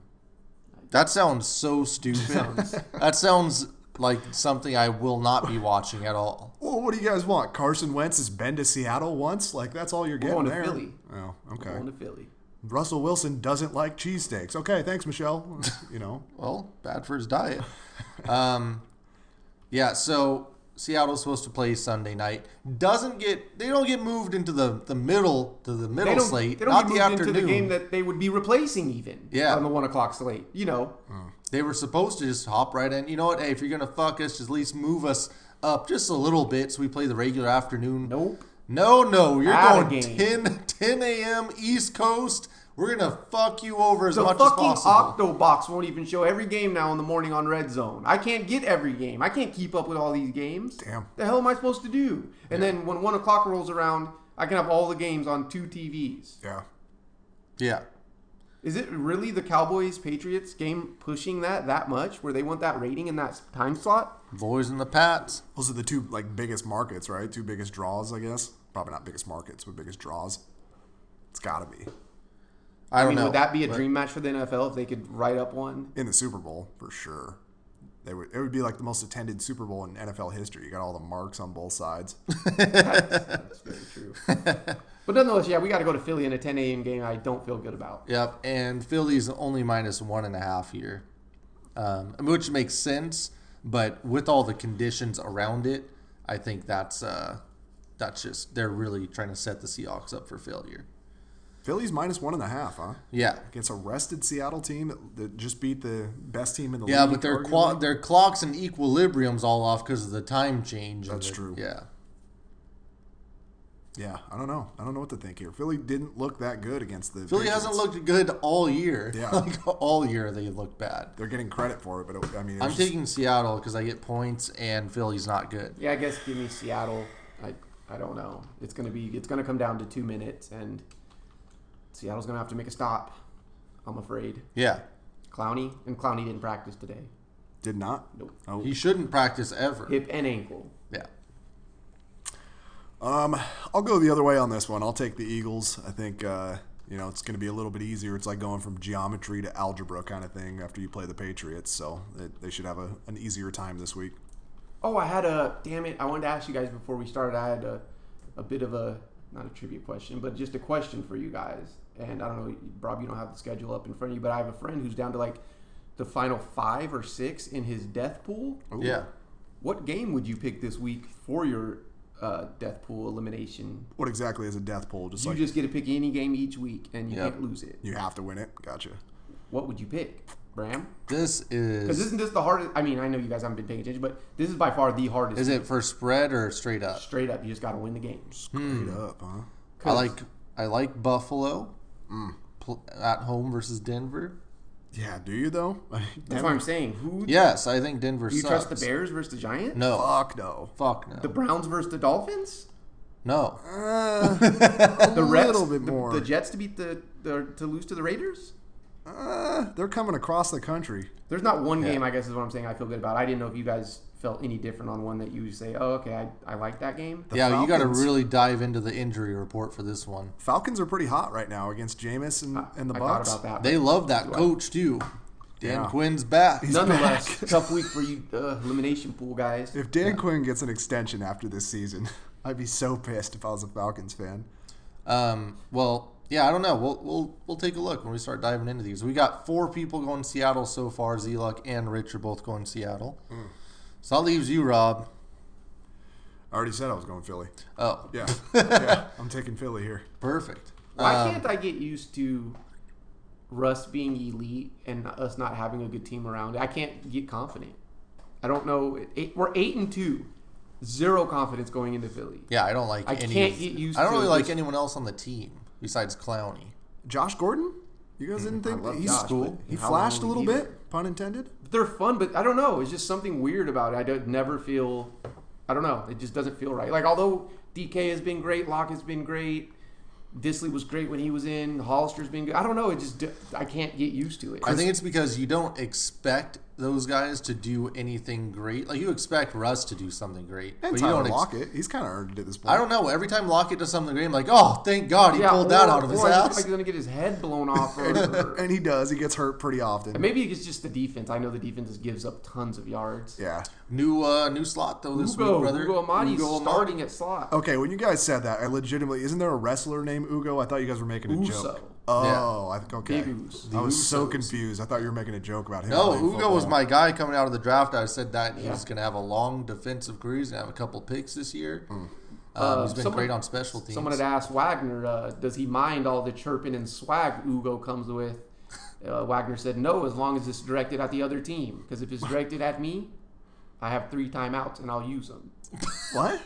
That sounds so stupid. that sounds like something I will not be watching at all. well, what do you guys want? Carson Wentz has been to Seattle once. Like that's all you're getting going to there. Philly. Oh, okay. Going to Philly. Russell Wilson doesn't like cheesesteaks. Okay, thanks, Michelle. you know, Well, bad for his diet. Um, yeah, so Seattle's supposed to play Sunday night. Doesn't get they don't get moved into the, the middle to the middle They don't, slate. they don't not get the moved afternoon. into the game that they would be replacing even Yeah. on the one o'clock slate. You know, they were supposed to just hop right in. You know what? Hey, if you're gonna fuck us, just at least move us up just a little bit so we play the regular afternoon. nope. No, no, you're Outta going game. 10, 10 a.m. East Coast. We're gonna fuck you over as The much as fucking possible. Octobox won't even show every game now in the morning on Red Zone. I can't get every game. I can't keep up with all these games. Damn. The hell am I supposed to do? And then when one o'clock rolls around, I can have all the games on two TVs. yeah. yeah, Is it really the Cowboys Patriots game pushing that that much, where they want that rating in that s- time slot? boys and the Pats. Those are the two like biggest markets, right? Two biggest draws, I guess. Probably not biggest markets, but biggest draws. It's got to be I I don't mean, know. would that be a but- dream match for the NFL if they could write up one? in the Super Bowl for sure. They would. It would be like the most attended Super Bowl in NFL history. You got all the marks on both sides. That's very true. but nonetheless, yeah, we got to go to Philly in a 10 a.m. game. I don't feel good about. Yep, and Philly's only minus one and a half here, um, which makes sense. But with all the conditions around it, I think that's uh, that's just they're really trying to set the Seahawks up for failure. Phillies minus one and a half, huh? Yeah, Against a rested Seattle team that, that just beat the best team in the yeah, league. but their arguably. qua- their clocks and equilibrium's all off because of the time change. and That's the- true. Yeah, yeah, I don't know. I don't know what to think here. Philly didn't look that good against the. Philly Patriots. hasn't looked good all year. Yeah. like all year they look bad. They're getting credit for it, but it, I mean, it I'm was just- taking Seattle because I get points, and Philly's not good. Yeah, I guess give me Seattle. I I don't know. It's gonna be. It's gonna come down to two minutes, and Seattle's gonna have to make a stop. I'm afraid. Yeah, Clowney and Clowney didn't practice today. did not. Nope. Oh, he shouldn't practice ever. Hip and ankle. Yeah. Um, I'll go the other way on this one. I'll take the Eagles. I think uh, you know it's going to be a little bit easier. It's like going from geometry to algebra kind of thing after you play the Patriots. So they, they should have a, an easier time this week. Oh, I had a damn it. I wanted to ask you guys before we started. I had a, a bit of a not a trivia question, but just a question for you guys. And I don't know, Rob, you don't have the schedule up in front of you, but I have a friend who's down to like the final five or six in his death pool. Ooh. Yeah. What game would you pick this week for your uh, death pool elimination? What exactly is a death poll? Just You like just get to pick any game each week, and you Yeah. can't lose it. you have to win it. Gotcha. What would you pick, Bram? This Because is isn't this the hardest? I mean, I know you guys haven't been paying attention, but this is by far the hardest. is it for spread or straight up? Straight up, you just got to win the games. Straight up, huh? I like I like Buffalo Mm, pl- at home versus Denver. Yeah. Do you though? That's what I'm saying. Who Yes, I think Denver. do you trust the sucks. Bears versus the Giants? No, Fuck no. fuck no. The Browns versus the Dolphins? No. Uh, The a Reds, little bit the- more. The, Jets to beat the, the to lose to the Raiders. uh, they're coming across the country. There's not one Yeah. game, I guess, is what I'm saying. I feel good about. I didn't know if you guys felt any different on one that you say, "Oh, okay, I, I like that game." The yeah, you got to Falcons- really dive into the injury report for this one. Falcons are pretty hot right now against Jameis and, and the I Bucks. thought about that. They love that coach too. Dan Yeah. Quinn's back. Nonetheless, tough week for you uh, elimination pool guys. If Dan Quinn gets an extension after this season, I'd be so pissed if I was a Falcons fan. Um, well, yeah, I don't know. We'll we'll we'll take a look when we start diving into these. We got four people going to Seattle so far. Z Luck and Rich are both going to Seattle. Hmm. So that leaves you, Rob. I already said I was going Philly. Oh, Yeah, yeah I'm taking Philly here. perfect. Why Um, can't I get used to Russ being elite and us not having a good team around? I can't get confident. I don't know. It- it- we're eight and two, zero confidence going into Philly. yeah, I don't like. I any, can't get used I don't to really like this- anyone else on the team besides Clowney. Josh Gordon, you guys didn't Mm, I think love he's Josh, cool? but He how flashed a long little will he be bit, pun intended. They're fun, but I don't know. It's just something weird about it. I don't never feel. I don't know. It just doesn't feel right. Like although DK has been great, Locke has been great. Disley was great when he was in. Hollister's been good. I don't know. It just I can't get used to it. I think it's because you don't expect those guys to do anything great. Like you expect Russ to do something great, And but you Tyler don't. ex- Lockett, he's kind of earned it at this point. I don't know. Every time Lockett does something great, I'm like, oh, thank God he pulled that or- out of his or I just feel ass. Like he's gonna get his head blown off. Or, or- And he does. He gets hurt pretty often. And maybe it's just the defense. I know the defense just gives up tons of yards. yeah. New uh, new slot though this Ugo, week, brother. Oh, Ugo Amadi's Ugo Amadi. starting at slot. Okay, when you guys said that, I legitimately isn't there a wrestler named Ugo? I thought you guys were making a Uso. joke. Oh, I think okay. Big Us. I was so Usos. confused. I thought you were making a joke about him. No, playing Ugo was football. my guy coming out of the draft. I said that he Yeah. was going to have a long defensive career. He's going to have a couple picks this year. Um, Uh, he's been someone- great on special teams. Someone had asked Wagner, uh, does he mind all the chirping and swag Ugo comes with? Uh, Wagner said, no, as long as it's directed at the other team. Because if it's directed at me, I have three timeouts and I'll use them. what?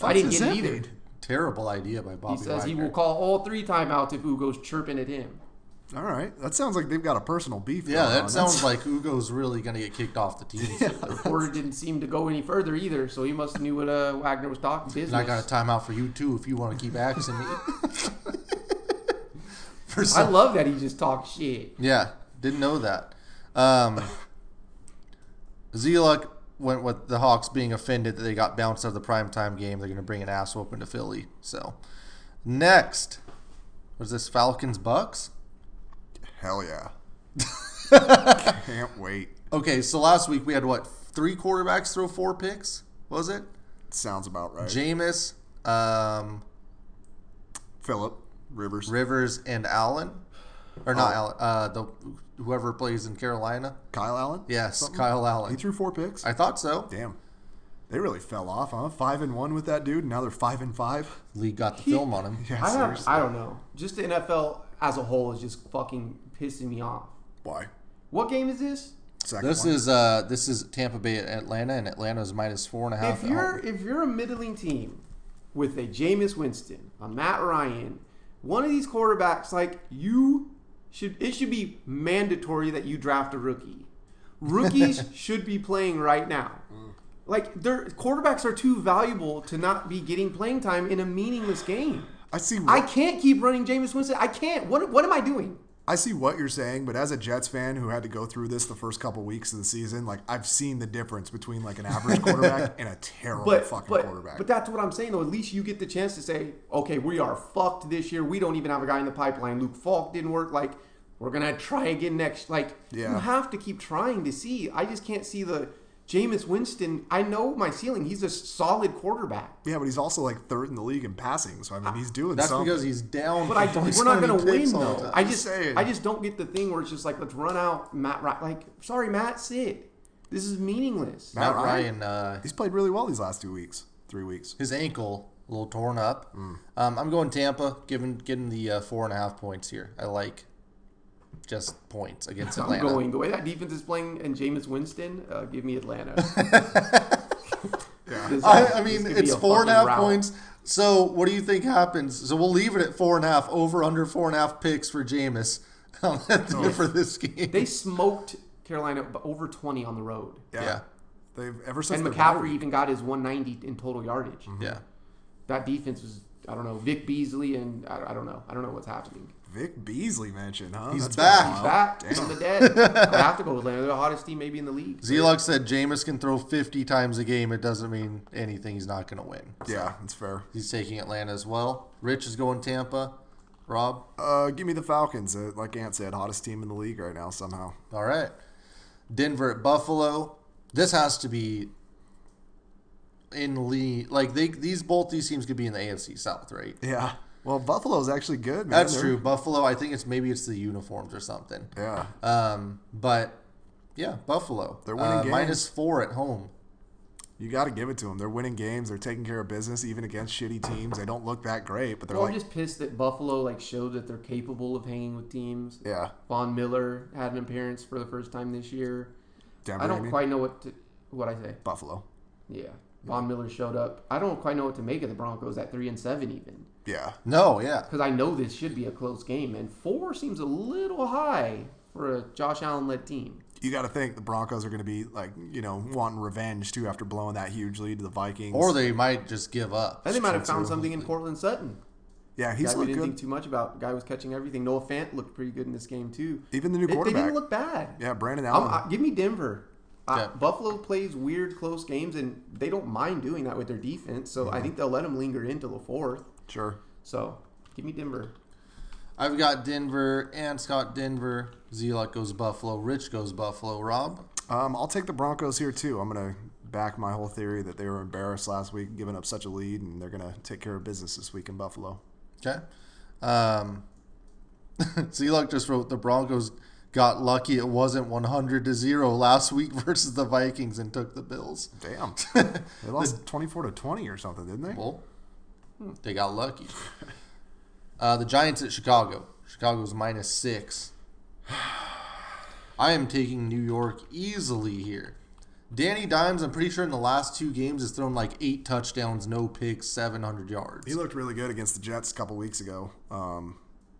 I didn't does get it that either. mean? Terrible idea by Bobby He says he Wagner. will call all three timeouts if Ugo's chirping at him. All right, that sounds like they've got a personal beef. yeah, going that on. sounds like Ugo's really going to get kicked off the team. The reporter didn't seem to go any further either, so he must have knew what uh, Wagner was talking And I got a business. timeout for you too if you want to keep axing me. for I some, love that he just talks shit. yeah, didn't know that. Um, Zeluk went with the Hawks being offended that they got bounced out of the primetime game. They're going to bring an ass whooping to Philly. So next was this Falcons Bucks. hell yeah. Can't wait. Okay, so last week we had what three quarterbacks throw four picks? Was it Sounds about right. Jameis, um, Philip Rivers. Rivers, and Allen? Or not Oh. Allen? Uh, the whoever plays in Carolina. Kyle Allen. Yes, Something? Kyle He Allen. threw four picks. I thought so. Damn, they really fell off, huh? Five and one with that dude. Now they're five and five. Lee got the He- film on him. Yeah, I, have, seriously. I don't know. Just the NFL as a whole is just fucking pissing me off. Why? What game is this? Second This one. is uh this is Tampa Bay at Atlanta, and Atlanta's minus four and a half. Oh, If you're if you're a middling team with a Jameis Winston, a Matt Ryan, one of these quarterbacks, like you should it should be mandatory that you draft a rookie. Rookies should be playing right now. Like their quarterbacks are too valuable to not be getting playing time in a meaningless game. I see. I can't keep running Jameis Winston. I can't. What what am I doing? I see what you're saying, but as a Jets fan who had to go through this the first couple weeks of the season, like I've seen the difference between like an average quarterback and a terrible but, fucking but, quarterback. But that's what I'm saying, though. At least you get the chance to say, okay, we are fucked this year. We don't even have a guy in the pipeline. Luke Falk didn't work. Like, we're going to try again next. Like, Yeah. you have to keep trying to see. I just can't see the Jameis Winston. I know my ceiling. He's a solid quarterback. yeah, but he's also like third in the league in passing, so I mean he's doing that's something. because he's down. But I, for we're so not many going to win, picks all the though. time. I just, saying. I just don't get the thing where it's just like, let's run out Matt Ryan. Like, sorry, Matt, sit. This is meaningless. Matt Matt Ryan? Ryan, uh, he's played really well these last two weeks, three weeks. his ankle a little torn up. Hmm. Um, I'm going Tampa, giving getting the uh, four and a half points here. I like just points against I'm Atlanta. going the way that defense is playing and Jameis Winston. Uh, give me Atlanta. This- I, I this mean, could be it's a four and a half fucking rout. points. So what do you think happens? So we'll leave it at four and a half over under four and a half picks for Jameis Oh. for this game. They smoked Carolina b- over 20 on the road. Yeah. Yeah. They've ever since And their McCaffrey bye week- Mm-hmm. even got his 190 in total yardage. yeah. that defense was I don't know Vic Beasley and I, I don't know I don't know what's happening. Vic Beasley mentioned, huh? He's That's been a back. while. Back Damn. from the dead. I have to go with Atlanta. They're the hottest team maybe in the league. Zelog said Jameis can throw 50 times a game. It doesn't mean anything. He's not going to win. Yeah, that's fair. He's taking Atlanta as well. Rich is going Tampa. Rob, Uh, give me the Falcons. Uh, like Ant said, hottest team in the league right now somehow. all right. Denver at Buffalo. This has to be in league. Like they, these both these teams could be in the AFC South, right? Yeah. Well, Buffalo's actually good, man. That's They're- true. Buffalo. I think it's maybe it's the uniforms or something. Yeah. Uh, Um, but yeah, Buffalo. They're winning Uh, games. minus four at home. You got to give it to them. They're winning games. They're taking care of business, even against shitty teams. They don't look that great, but they're Well, I'm like, just pissed that Buffalo like showed that they're capable of hanging with teams. yeah, Von Miller had an appearance for the first time this year. Denver. I you don't mean? quite know what to, what I say. Buffalo. Yeah, Von Miller showed up. I don't quite know what to make of the Broncos at three and seven even Yeah. No, yeah. because I know this should be a close game and four seems a little high for a Josh Allen led team. You got to think the Broncos are going to be like, you know, wanting revenge too after blowing that huge lead to the Vikings. Or they might just give up. And they might have true, found too. something in Cortland Sutton. yeah, Guy he's we looked didn't good. think too much about. Guy was catching everything. Noah Fant looked pretty good in this game too. even the new They, they quarterback. didn't look bad. yeah, Brandon I'm, Allen. I, give me Denver. Uh, Yeah. Buffalo plays weird close games, and they don't mind doing that with their defense. So I think they'll let them linger into the fourth. sure. So give me Denver. I've got Denver and Scott Denver. Zelot goes Buffalo. Rich goes Buffalo. Rob, Um, I'll take the Broncos here too. I'm going to back my whole theory that they were embarrassed last week, giving up such a lead, and they're going to take care of business this week in Buffalo. okay. Um, Zelot just wrote the Broncos got lucky. It wasn't 100 to zero last week versus the Vikings and took the Bills. Damn, they lost 24 to 20 or something, didn't they? Well, hmm, they got lucky. Uh, the Giants at Chicago. Chicago's minus six. I am taking New York easily here. Danny Dimes, I'm pretty sure in the last two games, has thrown like eight touchdowns, no picks, 700 He yards. looked really good against the Jets a couple weeks ago. Um,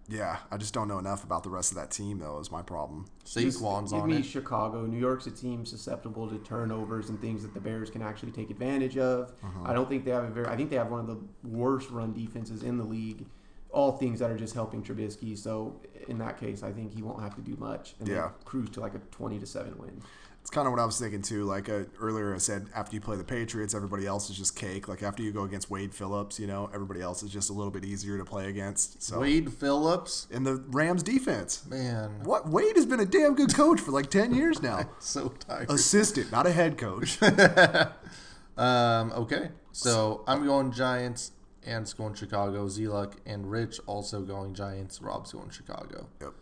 yeah, I just don't know enough about the rest of that team though. Is my problem. Just Saquon's give on me it. Chicago. New York's a team susceptible to turnovers and things that the Bears can actually take advantage of. Uh-huh. I don't think they have a very. I think they have one of the worst run defenses in the league. All things that are just helping Trubisky. So in that case, I think he won't have to do much. And they Yeah. cruise to like a twenty to seven win. It's kind of what I was thinking too. Like uh, earlier, I said after you play the Patriots, everybody else is just cake. Like after you go against Wade Phillips, you know everybody else is just a little bit easier to play against. So Wade Phillips. and the Rams defense, Man, what Wade has been a damn good coach for like 10 years now. so tired. Assistant, not a head coach. Um, okay. So I'm going Giants. Ant's going Chicago. Zeluck and Rich also going Giants. Rob's going Chicago. Yep.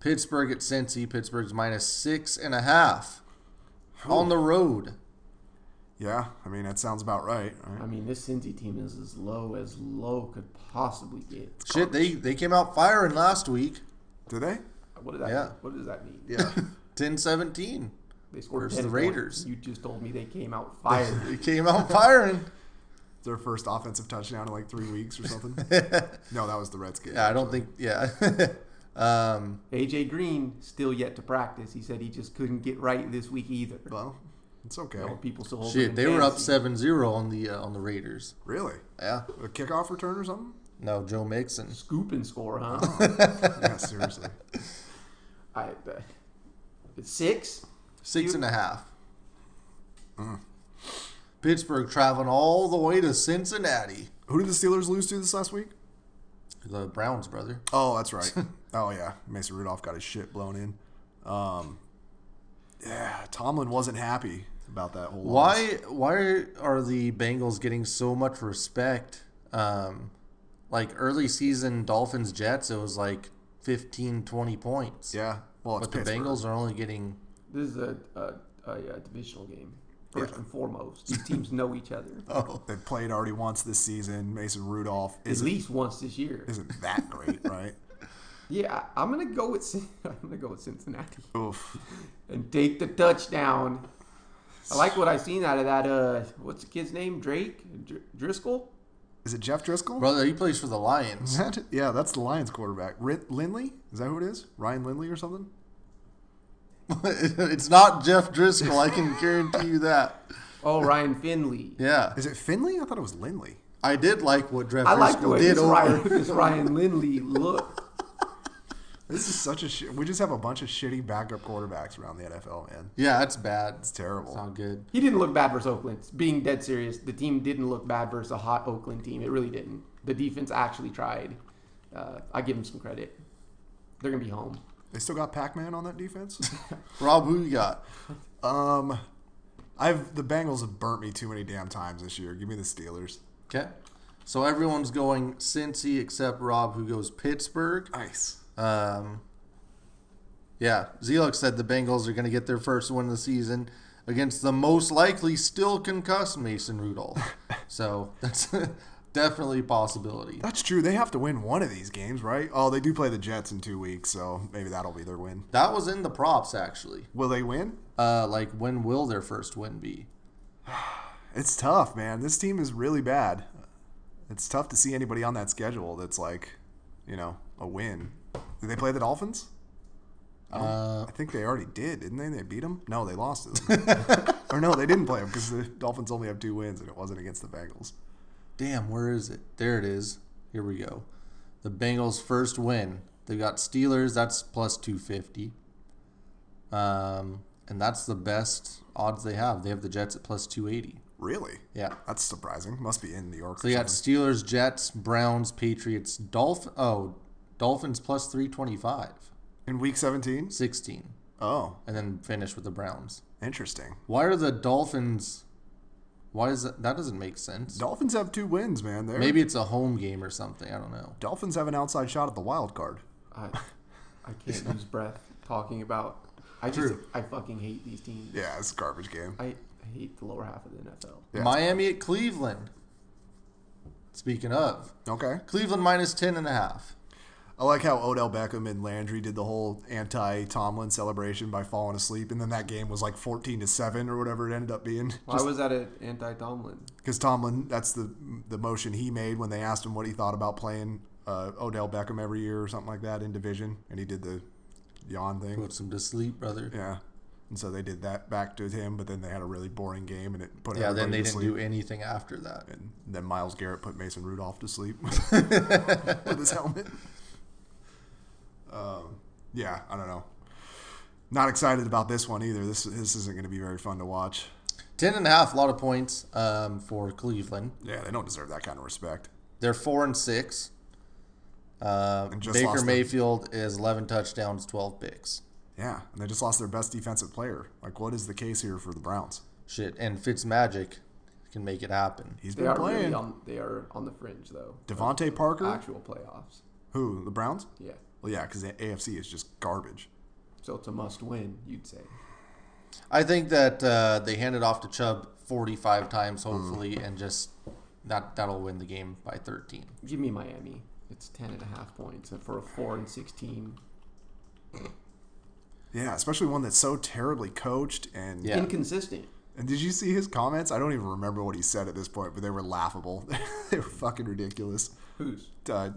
Pittsburgh at Cincy. Pittsburgh's minus six and a half on the road. Yeah, I mean that sounds about right. I right? mean, this Cincy team is as low as low could possibly get. Shit, they, they came out firing last week. Do they? Oh, What does that? Yeah. Mean? What does that mean? Yeah. 10 17. They scored Versus 10 the points. Raiders. You just told me they came out fired. They came out firing. Their first offensive touchdown in like three weeks or something. no, that was the Redskins. Yeah, I don't think. Yeah. um, AJ Green still yet to practice. He said he just couldn't get right this week either. Well, it's okay. You know, people still hold him shit, in they were up fantasy. 7 0 on the, uh, on the Raiders. Really? Yeah. A kickoff return or something? No, Joe Mixon. Scoop and score, huh? Yeah, seriously. I, uh, six. Six and a half. Mm. Pittsburgh traveling all the way to Cincinnati. Who did the Steelers lose to this last week? The Browns, brother. Oh, that's right. oh yeah, Mason Rudolph got his shit blown in. Um, yeah, Tomlin wasn't happy about that whole. loss. Why why are the Bengals getting so much respect? Um, like early season Dolphins Jets, it was like 15, 20 points. Yeah. Well, it's But the Pittsburgh. Bengals are only getting This is a, a, a, a divisional game. First Yeah. and foremost, these teams know each other oh They played already once this season. Mason Rudolph at isn't least once this year. isn't that great, right? Yeah, I, I'm gonna go with Cin- I'm gonna go with Cincinnati. Oof. and take the touchdown. I like what I seen out of that. Uh, what's the kid's name? Drake Dr- Driscoll. Is it Jeff Driscoll? brother, he plays for the Lions. Is that it? Yeah, that's the Lions quarterback. Rit- Lindley? Is that who it is? Ryan Lindley or something? it's not Jeff Driscoll, I can guarantee you that. Oh, Ryan Finley. Yeah. Is it Finley? I thought it was Lindley. I did like what Dre I like the Driscoll way did this over. Ryan, this Ryan Lindley looked. This is such a shit. We just have a bunch of shitty backup quarterbacks around the NFL, man. Yeah, that's bad. It's It's terrible. not good. He didn't look bad versus Oakland. Being dead serious, the team didn't look bad versus a hot Oakland team. It really didn't. The defense actually tried. Uh, I give them some credit. They're gonna be home. They still got Pac Man on that defense. Rob, who you got? um, I've the Bengals have burnt me too many damn times this year. Give me the Steelers. Okay. So everyone's going Cincy except Rob, who goes Pittsburgh. Nice. Um, yeah, Zelok said the Bengals are going to get their first win of the season against the most likely still concussed Mason Rudolph. so that's definitely a possibility. That's true. They have to win one of these games, right? Oh, they do play the Jets in two weeks, so maybe that'll be their win. That was in the props actually. Will they win? Uh, like when will their first win be? It's tough, man. This team is really bad. It's tough to see anybody on that schedule that's like, you know, a win. Did they play the Dolphins? Uh, I think they already did, didn't they? They beat them? No, they lost to them. or no, they didn't play them because the Dolphins only have two wins and it wasn't against the Bengals. damn, where is it? There it is. Here we go. The Bengals' first win. They got Steelers. That's plus two fifty. Um, and that's the best odds they have. They have the Jets at plus two eighty. Really? Yeah. That's surprising. Must be in New York. So or you got something. Steelers, Jets, Browns, Patriots, Dolph oh, Dolphins plus 325, in week 17? 16, Oh, and then finish with the Browns. interesting. Why are the Dolphins Why is that that doesn't make sense? Dolphins have two wins, man. They're, Maybe it's a home game or something, I don't know. Dolphins have an outside shot at the wild card. I, I can't lose breath talking about. I just, True. I fucking hate these teams. Yeah, it's a garbage game. I, I hate the lower half of the NFL. Yeah. Miami at Cleveland. Speaking of, Okay. Cleveland minus 10 and a half. I like how Odell Beckham and Landry did the whole anti Tomlin celebration by falling asleep, and then that game was like 14 to 7 or whatever it ended up being. Why was that an anti Tomlin? Because Tomlin, that's the the motion he made when they asked him what he thought about playing uh, Odell Beckham every year or something like that in division, and he did the yawn thing. Put some to sleep, brother. Yeah, Yeah. And so they did that back to him, but then they had a really boring game and it put then everybody they to didn't sleep. do anything after that. And then Miles Garrett put Mason Rudolph to sleep with his helmet. Um, yeah, I don't know. Not excited about this one either. This this isn't going to be very fun to watch. 10 and a half, a lot of points um, for Cleveland. Yeah, they don't deserve that kind of respect. They're four and six. Uh, And just Baker lost them. Mayfield is eleven touchdowns, twelve picks. Yeah, and they just lost their best defensive player. Like, what is the case here for the Browns? Shit, and Fitzmagic can make it happen. He's They been are playing. really um, on. They are on the fringe though. Devontae Parker? Actual playoffs. Who? The Browns? Yeah. Well, yeah, because the AFC is just garbage. So it's a must win, you'd say. I think that uh, they handed off to Chubb forty-five times, hopefully, Mm. and just that that'll win the game by thirteen. Give me Miami. It's ten and a half points and for a four and sixteen. Yeah, especially one that's so terribly coached and Yeah. Inconsistent. And did you see his comments? I don't even remember what he said at this point, but they were laughable. they were fucking ridiculous. Who's? Uh,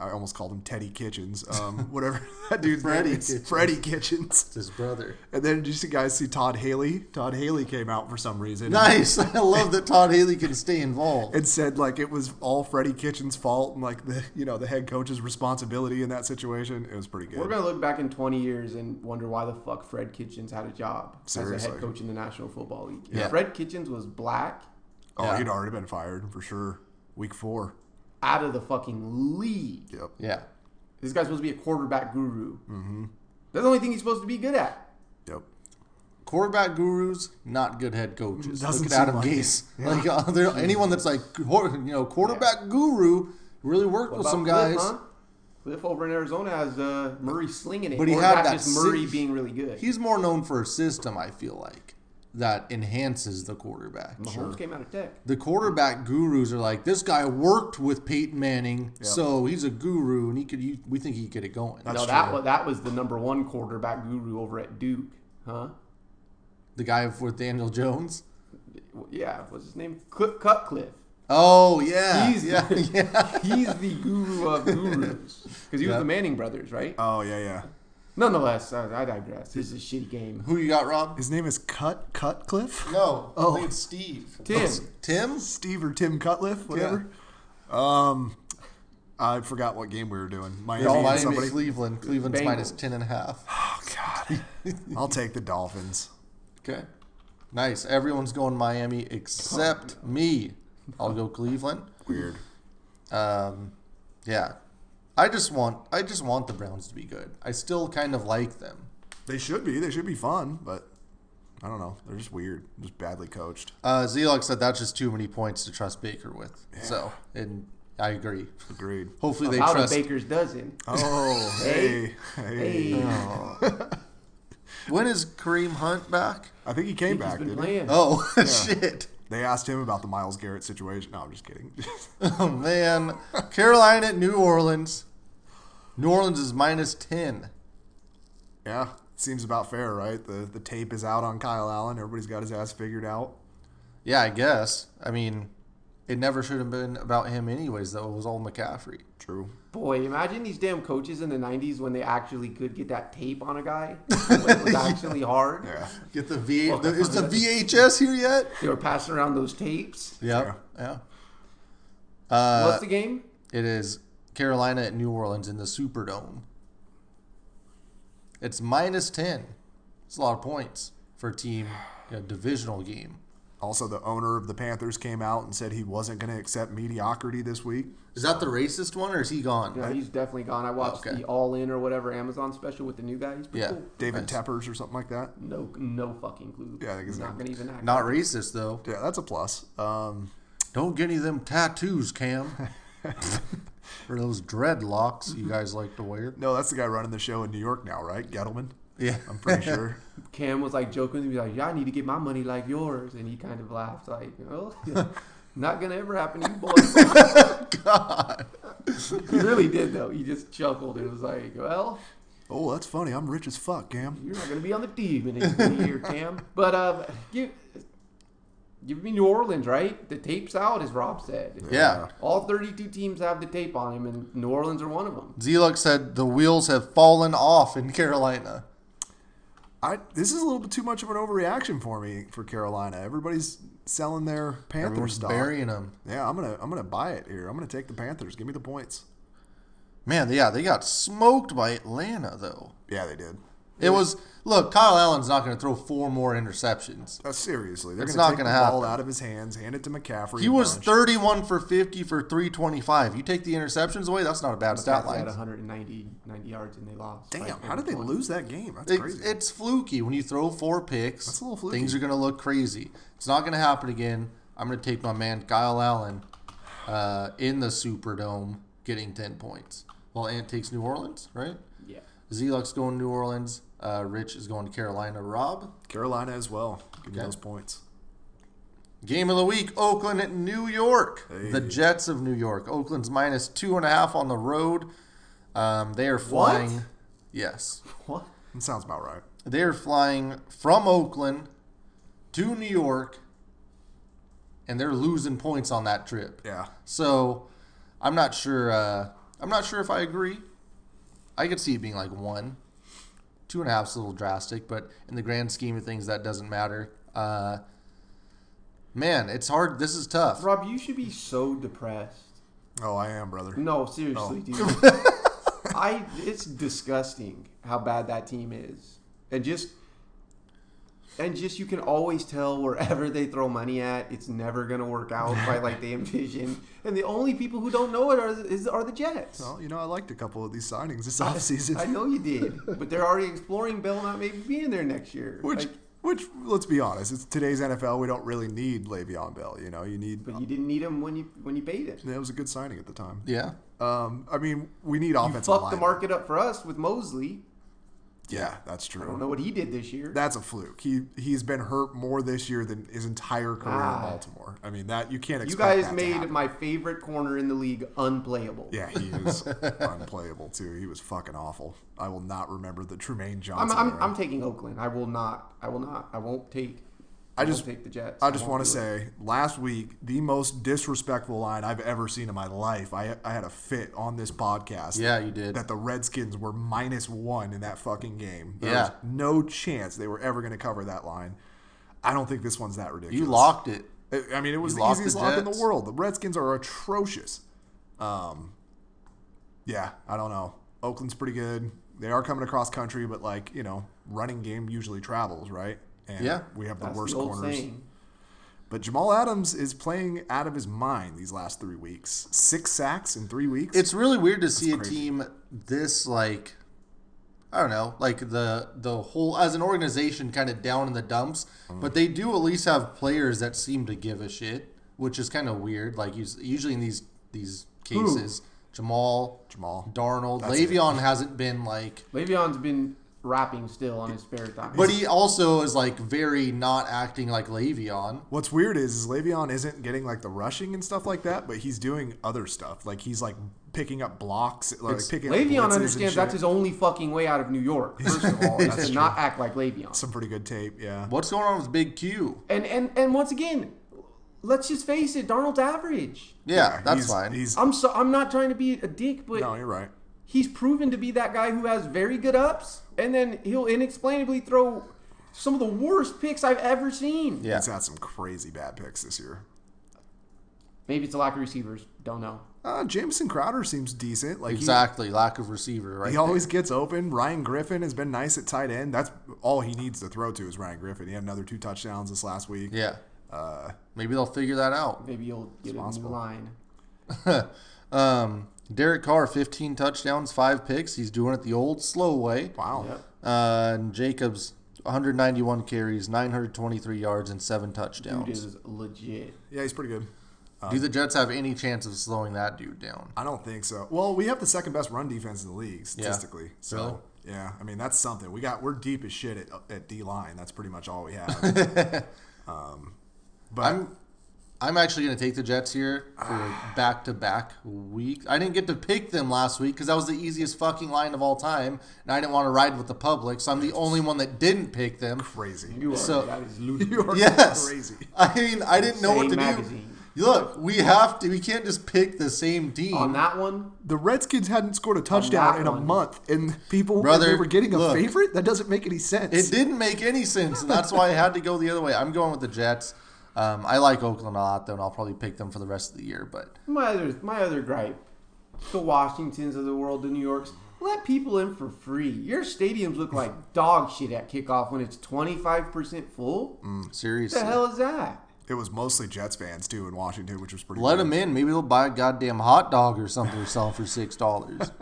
I almost called him Teddy Kitchens. Um, whatever that dude's Freddy name is. Kitchens. Freddy Kitchens. It's his brother. And then did you see- guys see Todd Haley? Todd Haley came out for some reason. Nice. I love that Todd Haley can stay involved. And said like it was all Freddie Kitchens' fault and like the you know the head coach's responsibility in that situation. It was pretty good. We're gonna look back in twenty years and wonder why the fuck Fred Kitchens had a job as a Seriously. head coach in the National Football League. If Yeah. Fred Kitchens was black oh, Yeah. he'd already been fired for sure. Week four. out of the fucking league. Yep. Yeah. This guy's supposed to be a quarterback guru. Mm-hmm. That's the only thing he's supposed to be good at. Yep. Quarterback gurus, not good head coaches. Doesn't Look at Adam seem like it. Gase. Like other, anyone that's like, you know, quarterback guru really worked with About some Cliff, guys. huh? Cliff over in Arizona has uh, Murray slinging it, But he or had is that just Murray si- being really good. He's more known for a system, I feel like, that enhances the quarterback. Uh-huh. Mahomes came out of Tech. The quarterback gurus are like, this guy worked with Peyton Manning, so he's a guru, and he could. You, we think he could get it going. That's no, true. that was, that was the number one quarterback guru over at Duke, huh? the guy with Daniel Jones. Yeah, what's his name? Cliff Cutcliffe. Oh yeah, He's- yeah, yeah. He's the guru of gurus because he was the Manning brothers, right? Oh yeah yeah. Nonetheless, uh, I, I digress. This is a shitty game. Who you got, Rob? His name is Cut Cutcliffe. No, Oh. think it's Steve. Tim. Tim. Steve or Tim Cutliff, whatever. Um, I forgot what game we were doing. Miami, It's and Miami, somebody. Cleveland. Cleveland's Bengals. minus 10 and a half. Oh God, I'll take the Dolphins. Okay. Nice. Everyone's going Miami except me. I'll go Cleveland. Weird. Um, yeah. I just want I just want the Browns to be good. I still kind of like them. They should be. They should be fun, but I don't know. They're just weird. Just badly coached. Uh, Zelok said that's just too many points to trust Baker with. So, and I agree. Agreed. Hopefully they Out of trust. Baker's dozen. Oh, hey, hey. Hey, When is Kareem Hunt back? I think he came he's back. been Didn't he? playing. Oh shit! They asked him about the Miles Garrett situation. No, I'm just kidding. Oh man, Carolina at New Orleans. New Orleans is minus ten. yeah, seems about fair, right? The the tape is out on Kyle Allen. Everybody's got his ass figured out. Yeah, I guess. I mean, it never should have been about him anyways. Though it was all McCaffrey. True. Boy, imagine these damn coaches in the '90s when they actually could get that tape on a guy. When it was actually hard. Yeah. Get the V. Well, is the VHS here yet? They were passing around those tapes. Yep. Yeah. Uh, What's the game? It is Carolina at New Orleans in the Superdome. It's minus 10. It's a lot of points for a team, a divisional game. Also, the owner of the Panthers came out and said he wasn't going to accept mediocrity this week. Is that the racist one or is he gone? No, he's definitely gone. I watched Okay. the All In or whatever Amazon special with the new guy. He's pretty Yeah. cool. David Nice. Teppers or something like that. No, no fucking clue. Yeah, I think his not name- gonna even act. Not racist, though. Yeah, that's a plus. Um, Don't get any of them tattoos, Cam. or those dreadlocks you guys like to wear. no, that's the guy running the show in New York now, right? Gettleman. Yeah. I'm pretty sure. Cam was like joking. He was like, "Yeah, I need to get my money like yours," and he kind of laughed, like, "Oh, not gonna ever happen to you, boy." God. he really did though. He just chuckled. It was like, "Well, oh, that's funny. I'm rich as fuck, Cam. you're not gonna be on the team in a year, Cam." But uh, give, give me New Orleans, right? The tape's out, as Rob said. Yeah. All 32 teams have the tape on him, and New Orleans are one of them. Zelok said the wheels have fallen off in Carolina. I this is a little bit too much of an overreaction for me for Carolina. Everybody's selling their Panther Everyone's stock. burying them. Yeah, I'm gonna I'm gonna buy it here. I'm gonna take the Panthers. Give me the points. Man, yeah, they got smoked by Atlanta, though. Yeah, they did. It was look. Kyle Allen's not going to throw four more interceptions. Uh, seriously, they're It's gonna not take gonna the ball happen. out of his hands, hand it to McCaffrey. He a was bunch. 31 for 50 for 325. You take the interceptions away, that's not a bad stat They had line. 190 90 yards, and they lost. by Damn, how every did they point. lose that game? That's It's, crazy. it's fluky when you throw four picks. That's a little fluky. Things are going to look crazy. It's not going to happen again. I'm going to take my man Kyle Allen uh, in the Superdome, getting 10 points. Well, Ant takes New Orleans, right? Yeah. Zelux going to New Orleans. Uh, Rich is going to Carolina. Rob. Carolina as well. Give me Okay. those points. Game of the week: Oakland at New York. The Hey. Jets of New York. Oakland's minus two and a half on the road. Um, they are flying. Yes, What? That sounds about right. they are flying from Oakland to New York, and they're losing points on that trip. Yeah. So, I'm not sure. Uh, I'm not sure if I agree. I could see it being like one, two and a half's a little drastic, but in the grand scheme of things, that doesn't matter. Uh, man, it's hard. This is tough. Rob, you should be so depressed. Oh, I am, brother. No, seriously, dude. I it's disgusting how bad that team is. And just and just you can always tell wherever they throw money at, it's never gonna work out by like they envision. And the only people who don't know it are is, are the Jets. Well, you know, I liked a couple of these signings this I offseason. know you did, but they're already exploring Bell not maybe being there next year. Which, Like, which, let's be honest, it's today's NFL. We don't really need Le'Veon Bell. You know, you need. but you didn't need him when you when you paid it. That was a good signing at the time. Yeah. Um, I mean, we need You offensive fucked the linemen. market up for us with Mosley. Yeah, that's I don't true. know what he did this year. That's a fluke. He he's been hurt more this year than his entire career Ah. in Baltimore. I mean, that you can't. you Expect guys that to made happen. my favorite corner in the league unplayable. Yeah, he is unplayable too. He was fucking awful. I will not remember the Tremaine I'm, Johnson. I'm, era. I'm taking Oakland. I will not. I will not. I won't take. I I just- just take the Jets. I just won't want to do it. say, last week, the most disrespectful line I've ever seen in my life. I, I had a fit on this podcast. Yeah, you did. That the Redskins were minus one in that fucking game. There Yeah. was no chance they were ever going to cover that line. I don't think this one's that ridiculous. You locked it. I- I mean, it was you the locked easiest the lock in the Jets. world. The Redskins are atrocious. Um, yeah, I don't know. Oakland's pretty good. They are coming across country, but like you know, running game usually travels, right? And Yeah. we have the That's worst the old corners. saying. But Jamal Adams is playing out of his mind these last three weeks. Six sacks in three weeks. It's really weird to see a crazy. team this like I don't know, like the the whole as an organization kind of down in the dumps, Mm-hmm. but they do at least have players that seem to give a shit, which is kind of weird. Like us- usually in these these cases, Jamal, Jamal. Darnold, That's it. Le'Veon hasn't been like Le'Veon's been rapping still on his spare time. but he also is like very not acting like Le'Veon. What's weird is, is Le'Veon isn't getting like the rushing and stuff like that, but he's doing other stuff. Like he's like picking up blocks, like It's- picking. up blitzes Le'Veon and understands shit. that's his only fucking way out of New York. First of all, is That's to true. not act like Le'Veon. some pretty good tape. Yeah, What's going on with Big Q? And and and once again, let's just face it, Darnold's average. Yeah, that's he's, fine. He's I'm so I'm not trying to be a dick, but no, you're right. he's proven to be that guy who has very good ups, and then he'll inexplicably throw some of the worst picks I've ever seen. yeah. He's had some crazy bad picks this year. Maybe it's a lack of receivers. Don't know. Uh, Jameson Crowder seems decent. Like he- Exactly, lack of receiver, right? He always gets open. Ryan Griffin has been nice at tight end. That's all he needs to throw to is Ryan Griffin. He had another two touchdowns this last week. Yeah. Uh, Maybe they'll figure that out. Maybe you'll get a new possible. line. Um, Derek Carr, 15 touchdowns, five picks. He's doing it the old slow way. wow. Yep. Uh, and Jacobs, 191 carries, 923 yards, and seven Dude touchdowns. is legit. Yeah, he's pretty good. Do the Jets have any chance of slowing that dude down? I don't think so. Well, we have the second best run defense in the league statistically. So Really? yeah, I mean that's something. We got we're deep as shit at, at D line. That's pretty much all we have. um, but I'm I'm actually going to take the Jets here for back to back week. I didn't get to pick them last week because that was the easiest fucking line of all time, and I didn't want to ride with the public, so I'm the only one that didn't pick them. crazy. You are So- that is ludicrous. You are Yes. crazy. I mean, I didn't know Same what to magazine. do. Look, we have to. We can't just pick the same team. On that one, The Redskins hadn't scored a touchdown in a one. month, and people Brother, they were getting a look. favorite. That doesn't make any sense. It didn't make any sense, and that's why I had to go the other way. I'm going with the Jets. Um, I like Oakland a lot, though, and I'll probably pick them for the rest of the year. But my other my other gripe, the Washingtons of the world, the New Yorks, let people in for free. Your stadiums look like dog shit at kickoff when it's twenty five percent full. Mm. What seriously, the hell is that? It was mostly Jets fans too in Washington, which was pretty. let good. them in. Maybe they'll buy a goddamn hot dog or something or sell for six dollars.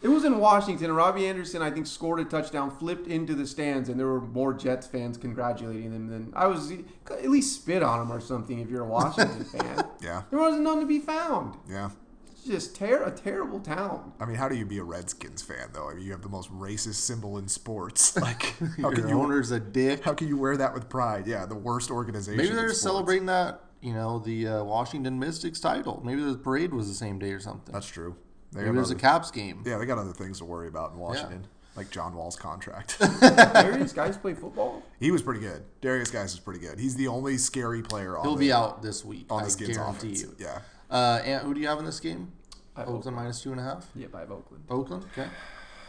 It was in Washington. Robbie Anderson, I think, scored a touchdown, flipped into the stands, and there were more Jets fans congratulating them than I was. At least spit on him or something if you're a Washington fan. Yeah, There wasn't none to be found. yeah. It's just ter- a terrible town. I mean, how do you be a Redskins fan though? I mean, you have the most racist symbol in sports. Like, how can Your you owner's a dick. how can you wear that with pride? Yeah, the worst organization. Maybe they're in just sports. celebrating that. You know, the uh, Washington Mystics title. Maybe the parade was the same day or something. That's true. They Maybe have there's a other- Caps game. yeah, they got other things to worry about in Washington, like John Wall's contract. Various guys play football. he was pretty good. Darius Guys is pretty good. He's the only scary player on He'll the, be out this week. on I the Skins guarantee offense. you. Yeah, Uh, Ant, who do you have in this game? I have Oakland minus two and a half. Yep, I have Oakland. Oakland, okay.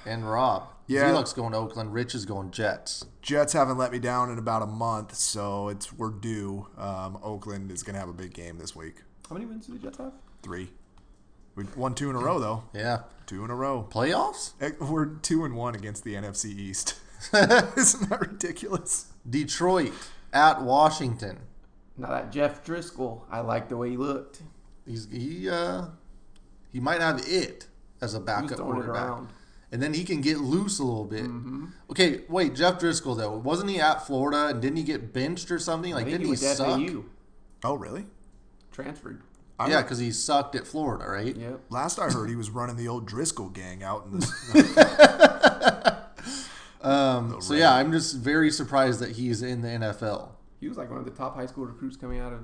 And Rob. Yeah. Velux going to Oakland. Rich is going Jets. Jets haven't let me down in about a month, so it's we're due. Um, Oakland is going to have a big game this week. How many wins do the Jets have? Three, we won two in a row though. Yeah. Two in a row. Playoffs? Eh, We're two and one against the NFC East. Isn't that ridiculous? Detroit at Washington. Now that Jeff Driscoll, I like the way he looked. He's he uh he might have it as a He was backup throwing it quarterback. around. Mm-hmm. And then he can get loose a little bit. Okay, wait, Jeff Driscoll though, wasn't he at Florida and didn't he get benched or something? I Like think didn't he he, was suck? FAU Oh, really? transferred. I yeah, re- because he sucked at Florida, right? Yep. Last I heard, he was running the old Driscoll gang out in the. Um, so yeah, I'm just very surprised that he's in the NFL. He was like one of the top high school recruits coming out of.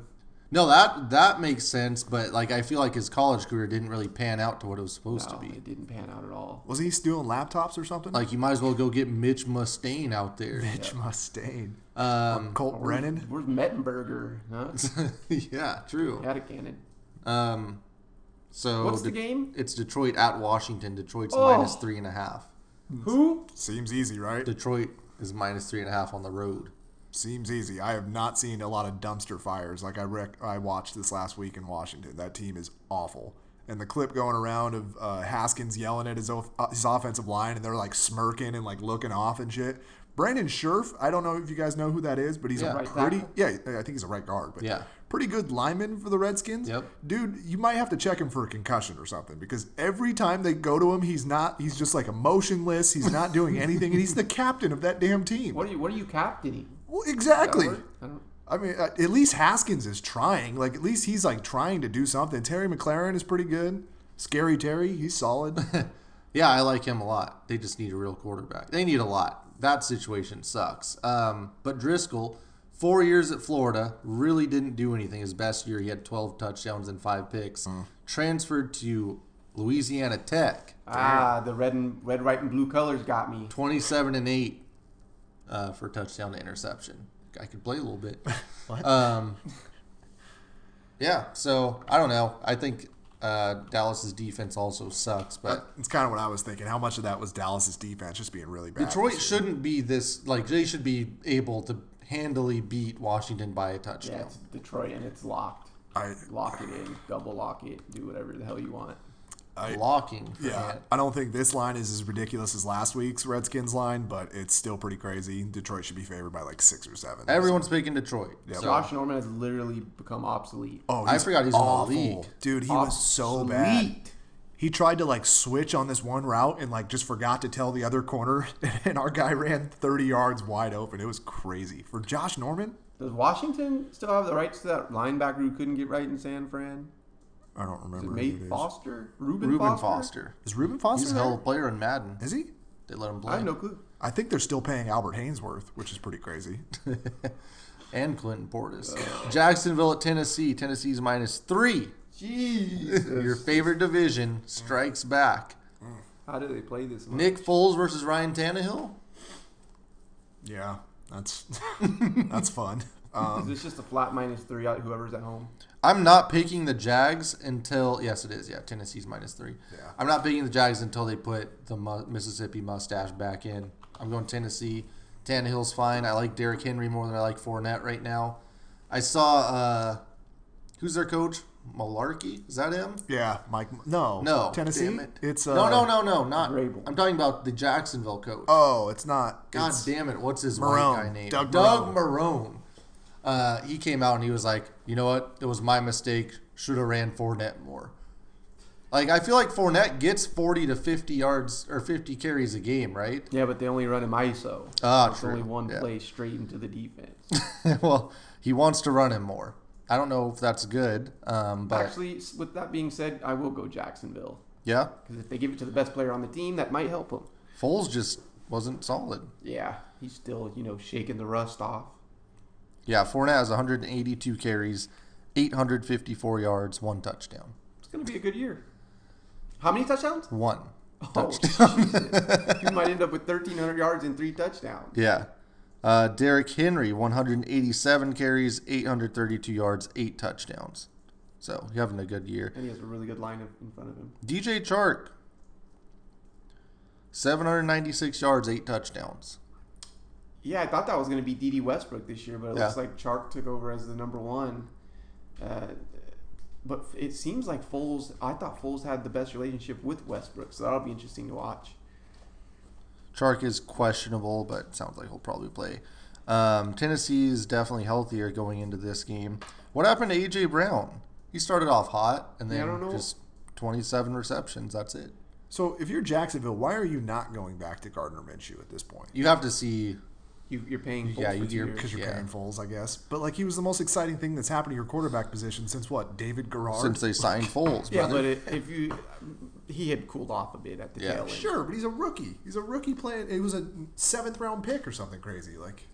No, that that makes sense, but like I feel like his college career didn't really pan out to what it was supposed No, to be. oh, it didn't pan out at all. was he stealing laptops or something? Like you might as well go get Mitch Mustaine out there. Mitch Mustaine, Um, Colt Brennan. Where's Mettenberger? Huh? yeah, true. He had a cannon. Um, so What's the De- game? It's Detroit at Washington. Detroit's Oh. minus three and a half. Who? Seems easy, right? Detroit is minus three and a half on the road. Seems easy. I have not seen a lot of dumpster fires like I rec- I watched this last week in Washington. That team is awful. and the clip going around of uh, Haskins yelling at his off- his offensive line, and they're like smirking and like looking off and shit. Brandon Scherf, I don't know if you guys know who that is, but he's Yeah. a Right pretty tackle? yeah, I think he's a right guard, but Yeah. pretty good lineman for the Redskins. Yep. Dude, you might have to check him for a concussion or something because every time they go to him, he's not he's just like emotionless, he's not doing anything and he's the captain of that damn team. What are you? What are you captaining? Well, exactly. I don't. I mean, uh, at least Haskins is trying. Like, at least he's like trying to do something. Terry McLaren is pretty good. Scary Terry, he's solid. Yeah, I like him a lot. They just need a real quarterback. They need a lot. That situation sucks. Um, but Driscoll, four years at Florida, really didn't do anything. His best year, he had 12 touchdowns and five picks. Transferred to Louisiana Tech, Ah, the red and red, white, and blue colors got me. 27 and 8 uh, for touchdown to interception. I could play a little bit. What? Um, yeah, so I don't know. I think uh, Dallas's defense also sucks, but. It's kind of what I was thinking. How much of that was Dallas's defense just being really bad? Detroit shouldn't be this like they should be able to handily beat Washington by a Yeah, touchdown. it's Detroit, and it's locked. I, Lock it in, double lock it, do whatever the hell you want. I, Blocking. for yeah. that. I don't think this line is as ridiculous as last week's Redskins line, but it's still pretty crazy. Detroit should be favored by like six or seven. Everyone's picking Detroit. Yeah. So Josh Norman has literally become obsolete. oh, I forgot he's in the league. dude. He was so bad. Obsolete. He tried to like switch on this one route and like just forgot to tell the other corner, and our guy ran thirty yards wide open. It was crazy for Josh Norman. Does Washington still have the rights to that linebacker who couldn't get right in San Fran? I don't Is it remember. who Nate it is. Foster? Ruben, Reuben Foster. Foster? Is Ruben Foster He's a there? hell of a player in Madden. Is he? They let him I play. have no clue. I think they're still paying Albert Hainsworth, which is pretty crazy. And Clinton Portis. Jacksonville at Tennessee. Tennessee's minus three. Your Jesus. favorite division strikes back. How do they play this? month? Nick Foles versus Ryan Tannehill. yeah, that's that's fun. Um, Is this just a flat minus three out whoever's at home? I'm not picking the Jags until yes, it is. Yeah, Tennessee's minus three. Yeah. I'm not picking the Jags until they put the mu- Mississippi mustache back in. I'm going Tennessee. Tannehill's fine. I like Derrick Henry more than I like Fournette right now. I saw uh, who's their coach? Malarkey. Is that him? yeah, Mike. No, No, Tennessee. damn it. It's uh, no, no, no, no, not. Vrabel. I'm talking about the Jacksonville coach. Oh, it's not. God it's- damn it! What's his Marone. white guy name? Doug Marone. Marone. Uh, he came out and he was like, "You know what? It was my mistake. Should have ran Fournette more." Like I feel like Fournette gets forty to fifty yards or fifty carries a game, right? Yeah, but they only run him ISO. Ah, it's true. only one Yeah. play straight into the defense. well, he wants to run him more. I don't know if that's good, um, but Actually, s- with that being said, I will go Jacksonville yeah, because if they give it to the best player on the team, that might help him. Foles just wasn't solid. Yeah, he's still you know shaking the rust off. Yeah, Fournette has one hundred and eighty-two carries, eight hundred fifty-four yards, one touchdown, It's gonna be a good year. How many touchdowns? one. Oh, Jesus. you might end up with 1,300 yards and three touchdowns. Yeah. Uh, Derrick Henry, 187 carries, 832 yards, eight touchdowns. So he's having a good year. And he has a really good lineup in front of him. DJ Chark, 796 yards, eight touchdowns. Yeah, I thought that was going to be D.D. Westbrook this year, but it Yeah. looks like Chark took over as the number one. Uh, but it seems like Foles. I thought Foles had the best relationship with Westbrook, so that'll be interesting to watch. Chark is questionable, but sounds like he'll probably play. Um, Tennessee is definitely healthier going into this game. What happened to AJ Brown? He started off hot and Yeah, I then don't know. just 27 receptions. That's it. So if you're Jacksonville, why are you not going back to Gardner Minshew at this point? You have to see. You, you're paying. Foles Yeah, for you- two you're- years. Because you're Yeah. paying Foles, I guess. But like, he was the most exciting thing that's happened to your quarterback position since what? David Garrard. Since they signed Foles, Yeah, brother. but it, if you, he had cooled off a bit at the Yeah. tail end. Sure, but he's a rookie. He's a rookie playing. It was a seventh round pick or something crazy. Like,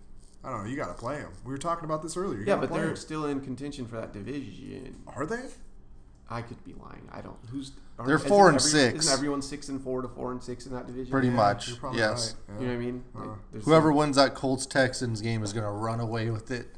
I don't know. You got to play him. We were talking about this earlier. You Yeah, gotta but play they're him. still in contention for that division. are they? I could be lying. I don't. Who's aren't- They're isn't four and every- six. Isn't everyone six and four to four and six in that division? Pretty Yeah, much, you're probably yes. right, You yeah. know what I mean? Like, there's- Whoever wins that Colts Texans game is going to run away with it.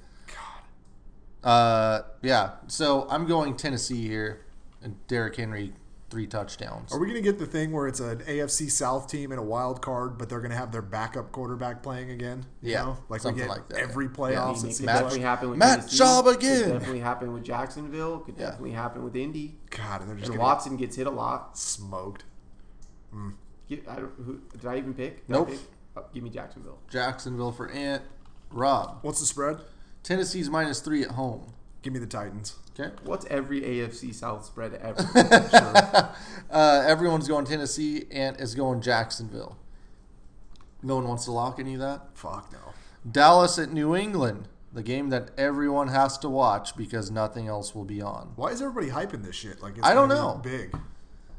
God. Uh, yeah. So I'm going Tennessee here, and Derrick Henry three touchdowns. Are we going to get the thing where it's an AFC South team and a wild card, but they're going to have their backup quarterback playing again? You Yeah, know? like something we get like that, every yeah. playoffs. mean, It it seems could Matt- like, definitely happen with Matt Tennessee. Schaub Could again. definitely happen with Jacksonville. Could Yeah. definitely happen with Indy. God, and they're just And gonna Watson gets hit a lot. get smoked. Get- I don't, who, did I even pick? Did Nope. I pick? Oh, give me Jacksonville. Jacksonville for Ant. Rob. What's the spread? Tennessee's minus three at home. Give me the Titans. Okay. What's every AFC South spread ever? Uh, everyone's going Tennessee. Ant is going Jacksonville. No one wants to lock any of that. Fuck no. Dallas at New England, the game that everyone has to watch because nothing else will be on. Why is everybody hyping this shit? Like it's I don't gonna be Big.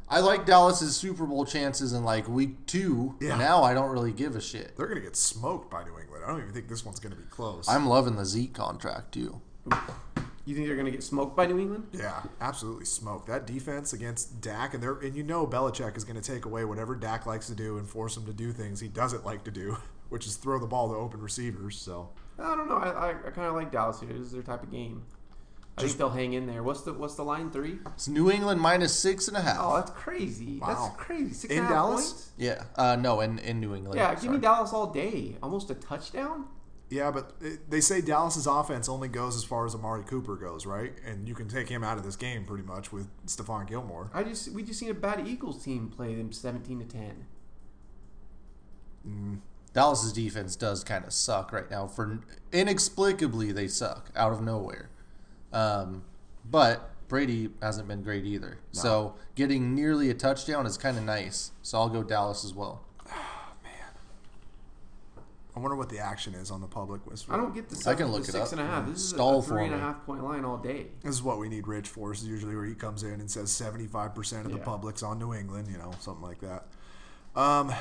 I like Dallas's Super Bowl chances in like week two. Yeah. Now I don't really give a shit. They're gonna get smoked by New England. I don't even think this one's gonna be close. I'm loving the Zeke contract too. you think they're going to get smoked by New England? yeah, absolutely smoked. That defense against Dak, and they're and you know Belichick is gonna take away whatever Dak likes to do and force him to do things he doesn't like to do, which is throw the ball to open receivers. So I don't know. I, I, I kind of like Dallas here. This is their type of game. I think they'll hang in there. What's the what's the line three? It's New England minus six and a half. Oh, that's crazy. Wow. That's crazy. Six In and a half Dallas? points? yeah. Uh, no, in, in New England. Yeah, give Sorry. me Dallas all day. Almost a touchdown. Yeah, but it- they say Dallas's offense only goes as far as Amari Cooper goes, right? And you can take him out of this game pretty much with Stephon Gilmore. I just we just seen a bad Eagles team play them seventeen to ten. Dallas's defense does kind of suck right now. For inexplicably, they suck out of nowhere. Um, but Brady hasn't been great either. So getting nearly a touchdown is kind of nice. So I'll go Dallas as well. I wonder what the action is on the public whisper. I don't get the. Seven, can look the it six up. and a half. This is a- Stall a three and a for me. half point line all day. This is what we need Rich for. Is usually where he comes in and says seventy five percent of the Yeah. public's on New England, you know, something like that. Um,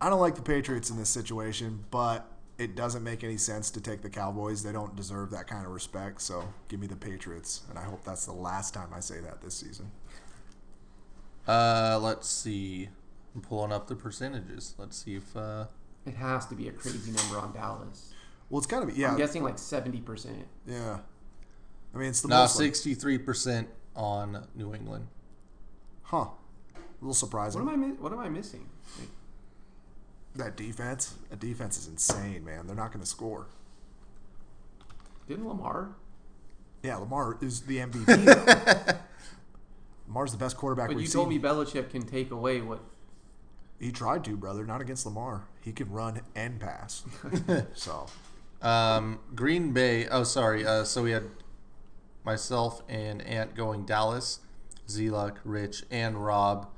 I don't like the Patriots in this situation, but it doesn't make any sense to take the Cowboys. They don't deserve that kind of respect. So give me the Patriots, and I hope that's the last time I say that this season. Uh, let's see. I'm pulling up the percentages. Let's see if. Uh, It has to be a crazy number on Dallas. Well, it's gotta be yeah, I'm guessing like seventy percent. yeah. I mean, it's the no, most like- 63% on New England. Huh. A little What surprising. am I? mi- What am I missing? Like, that defense, that defense is insane, man. They're not going to score. didn't Lamar? Yeah, Lamar is the MVP. though. Lamar's the best quarterback But we've you seen. told me Belichick can take away what? He tried to, brother. Not against Lamar. He could run and pass. so Um, Green Bay. Oh, sorry. Uh, so we had myself and Ant going Dallas, Zelok, Rich, and Rob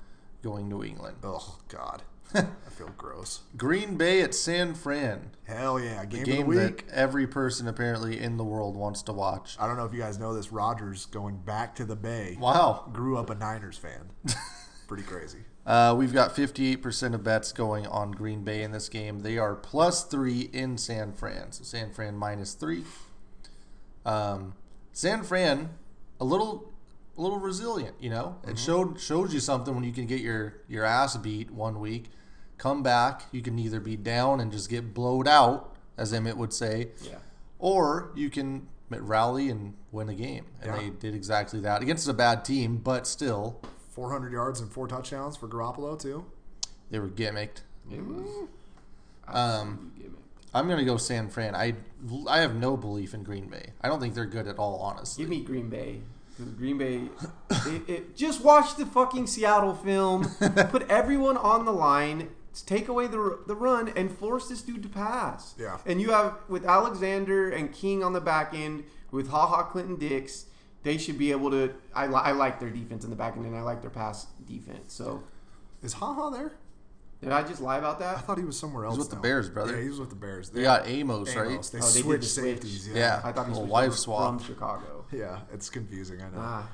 going New England. Oh God, I feel gross. Green Bay at San Fran. Hell yeah, game, Game of the that week. every person apparently in the world wants to watch. I don't know if you guys know this. Rogers going back to the Bay. Wow. Grew up a Niners fan. Pretty crazy. Uh, we've got 58% of bets going on Green Bay in this game. They are plus three in San Fran. So San Fran minus three. Um, San Fran, a little, a little resilient. You know, it showed showed you something when you can get your your ass beat one week, come back. You can either be down and just get blowed out, as Emmett would say, Yeah. or you can rally and win a game. And Yeah. they did exactly that against a bad team, but still, 400 yards and four touchdowns for Garoppolo too. they were gimmicked. It was. Um, absolutely gimmick. I'm gonna go San Fran. I I have no belief in Green Bay. I don't think they're good at all, honestly. Give me Green Bay. Because Green Bay, it, it, just watch the fucking Seattle film. Put everyone on the line. Take away the the run and force this dude to pass. Yeah. And you have with Alexander and King on the back end with Ha Ha Clinton Dix, they should be able to. I, li- I like their defense in the back end and I like their pass defense. So Is Haha there? did I just lie about I that? thought he was somewhere else. with the now. Bears, brother. Yeah, he was with the Bears. They got Amos, Amos. right? They Oh, they did switched the switch. safeties. Yeah. Yeah. I thought he was Well, supposed wife to be swap. from Chicago. yeah, it's confusing. I know. Ah,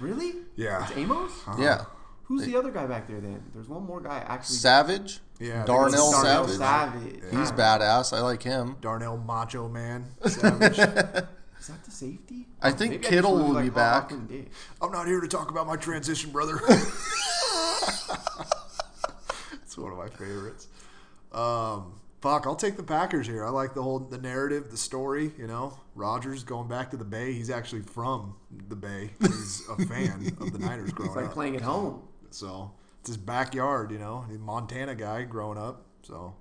really? yeah, It's Amos. Uh-huh. Yeah. Who's the other guy back there? Then there's one more guy actually. Savage. Yeah, I think Darnell it's Darnell Savage. Savage. He's Ah, badass. I like him. Darnell Macho Man. Savage. Is that the safety? I think Maybe Kittle just really will be like Hall back. Huffman Dick. I'm not here to talk about my transition, brother. it's one of my favorites. Um, fuck, I'll take the Packers here. I like the whole the narrative, the story. You know, Rogers going back to the Bay. He's actually from the Bay. He's a fan of the Niners growing It's like up. playing at home. So it's his backyard, you know, He's a Montana guy growing up. So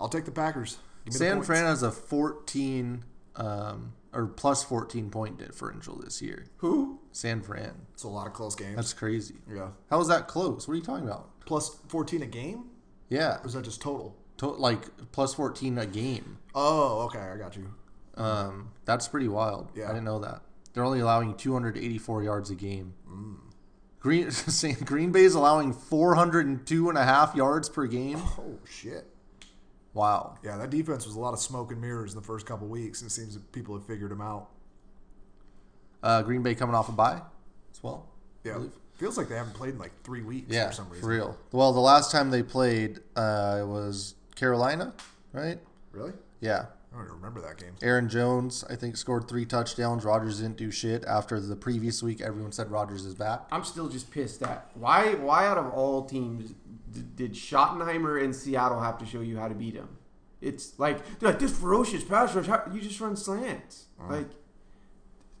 I'll take the Packers. Give me the San points. Fran has a 14 um, or plus 14 point differential this year. Who? San Fran. It's a lot of close games. That's crazy. yeah. How is that close? What are you talking about? Plus 14 a game? Yeah, Or is that just total? to, like plus 14 a game. Oh, okay. I got you. Um, that's pretty wild. Yeah. I didn't know that. They're only allowing 284 yards a game. Mm. Green San Green Bay's allowing 402 and a half yards per game. Oh, shit. Wow. Yeah, that defense was a lot of smoke and mirrors in the first couple weeks, and it seems that people have figured him out. Uh, Green Bay coming off a bye as well. I Yeah. believe. Feels like they haven't played in like three weeks Yeah, for some reason. for real. Well, the last time they played uh, was Carolina, right? Really? Yeah. I don't even remember that game. Aaron Jones, I think, scored three touchdowns. Rodgers didn't do shit. After the previous week, everyone said Rodgers is back. I'm still just pissed at why. Why out of all teams d- did Schottenheimer and Seattle have to show you how to beat them? It's like, dude, this ferocious pass rush. How, you just run slants. Uh-huh. Like,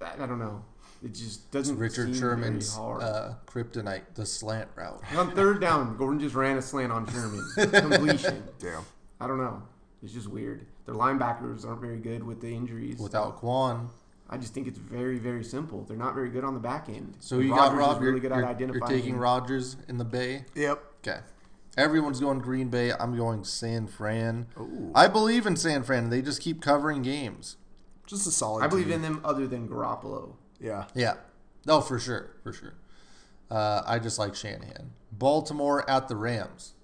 I, I don't know. It just doesn't. Richard seem Sherman's very hard. uh, kryptonite, the slant route. on third down, Gordon just ran a slant on Sherman completion. Damn. I don't know. It's just weird. Their linebackers aren't very good with the injuries. Without Quan, I just think it's very, very simple. They're not very good on the back end. so you Rodgers got is Rob. You're, really good at you're- you're identifying taking him. Rodgers in the Bay. Yep. Okay, everyone's going Green Bay. I'm going San Fran. Ooh. I believe in San Fran. They just keep covering games. Just a solid. I believe team. in them other than Garoppolo. Yeah. Yeah. No, for sure. For sure. Uh, I just like Shanahan. Baltimore at the Rams.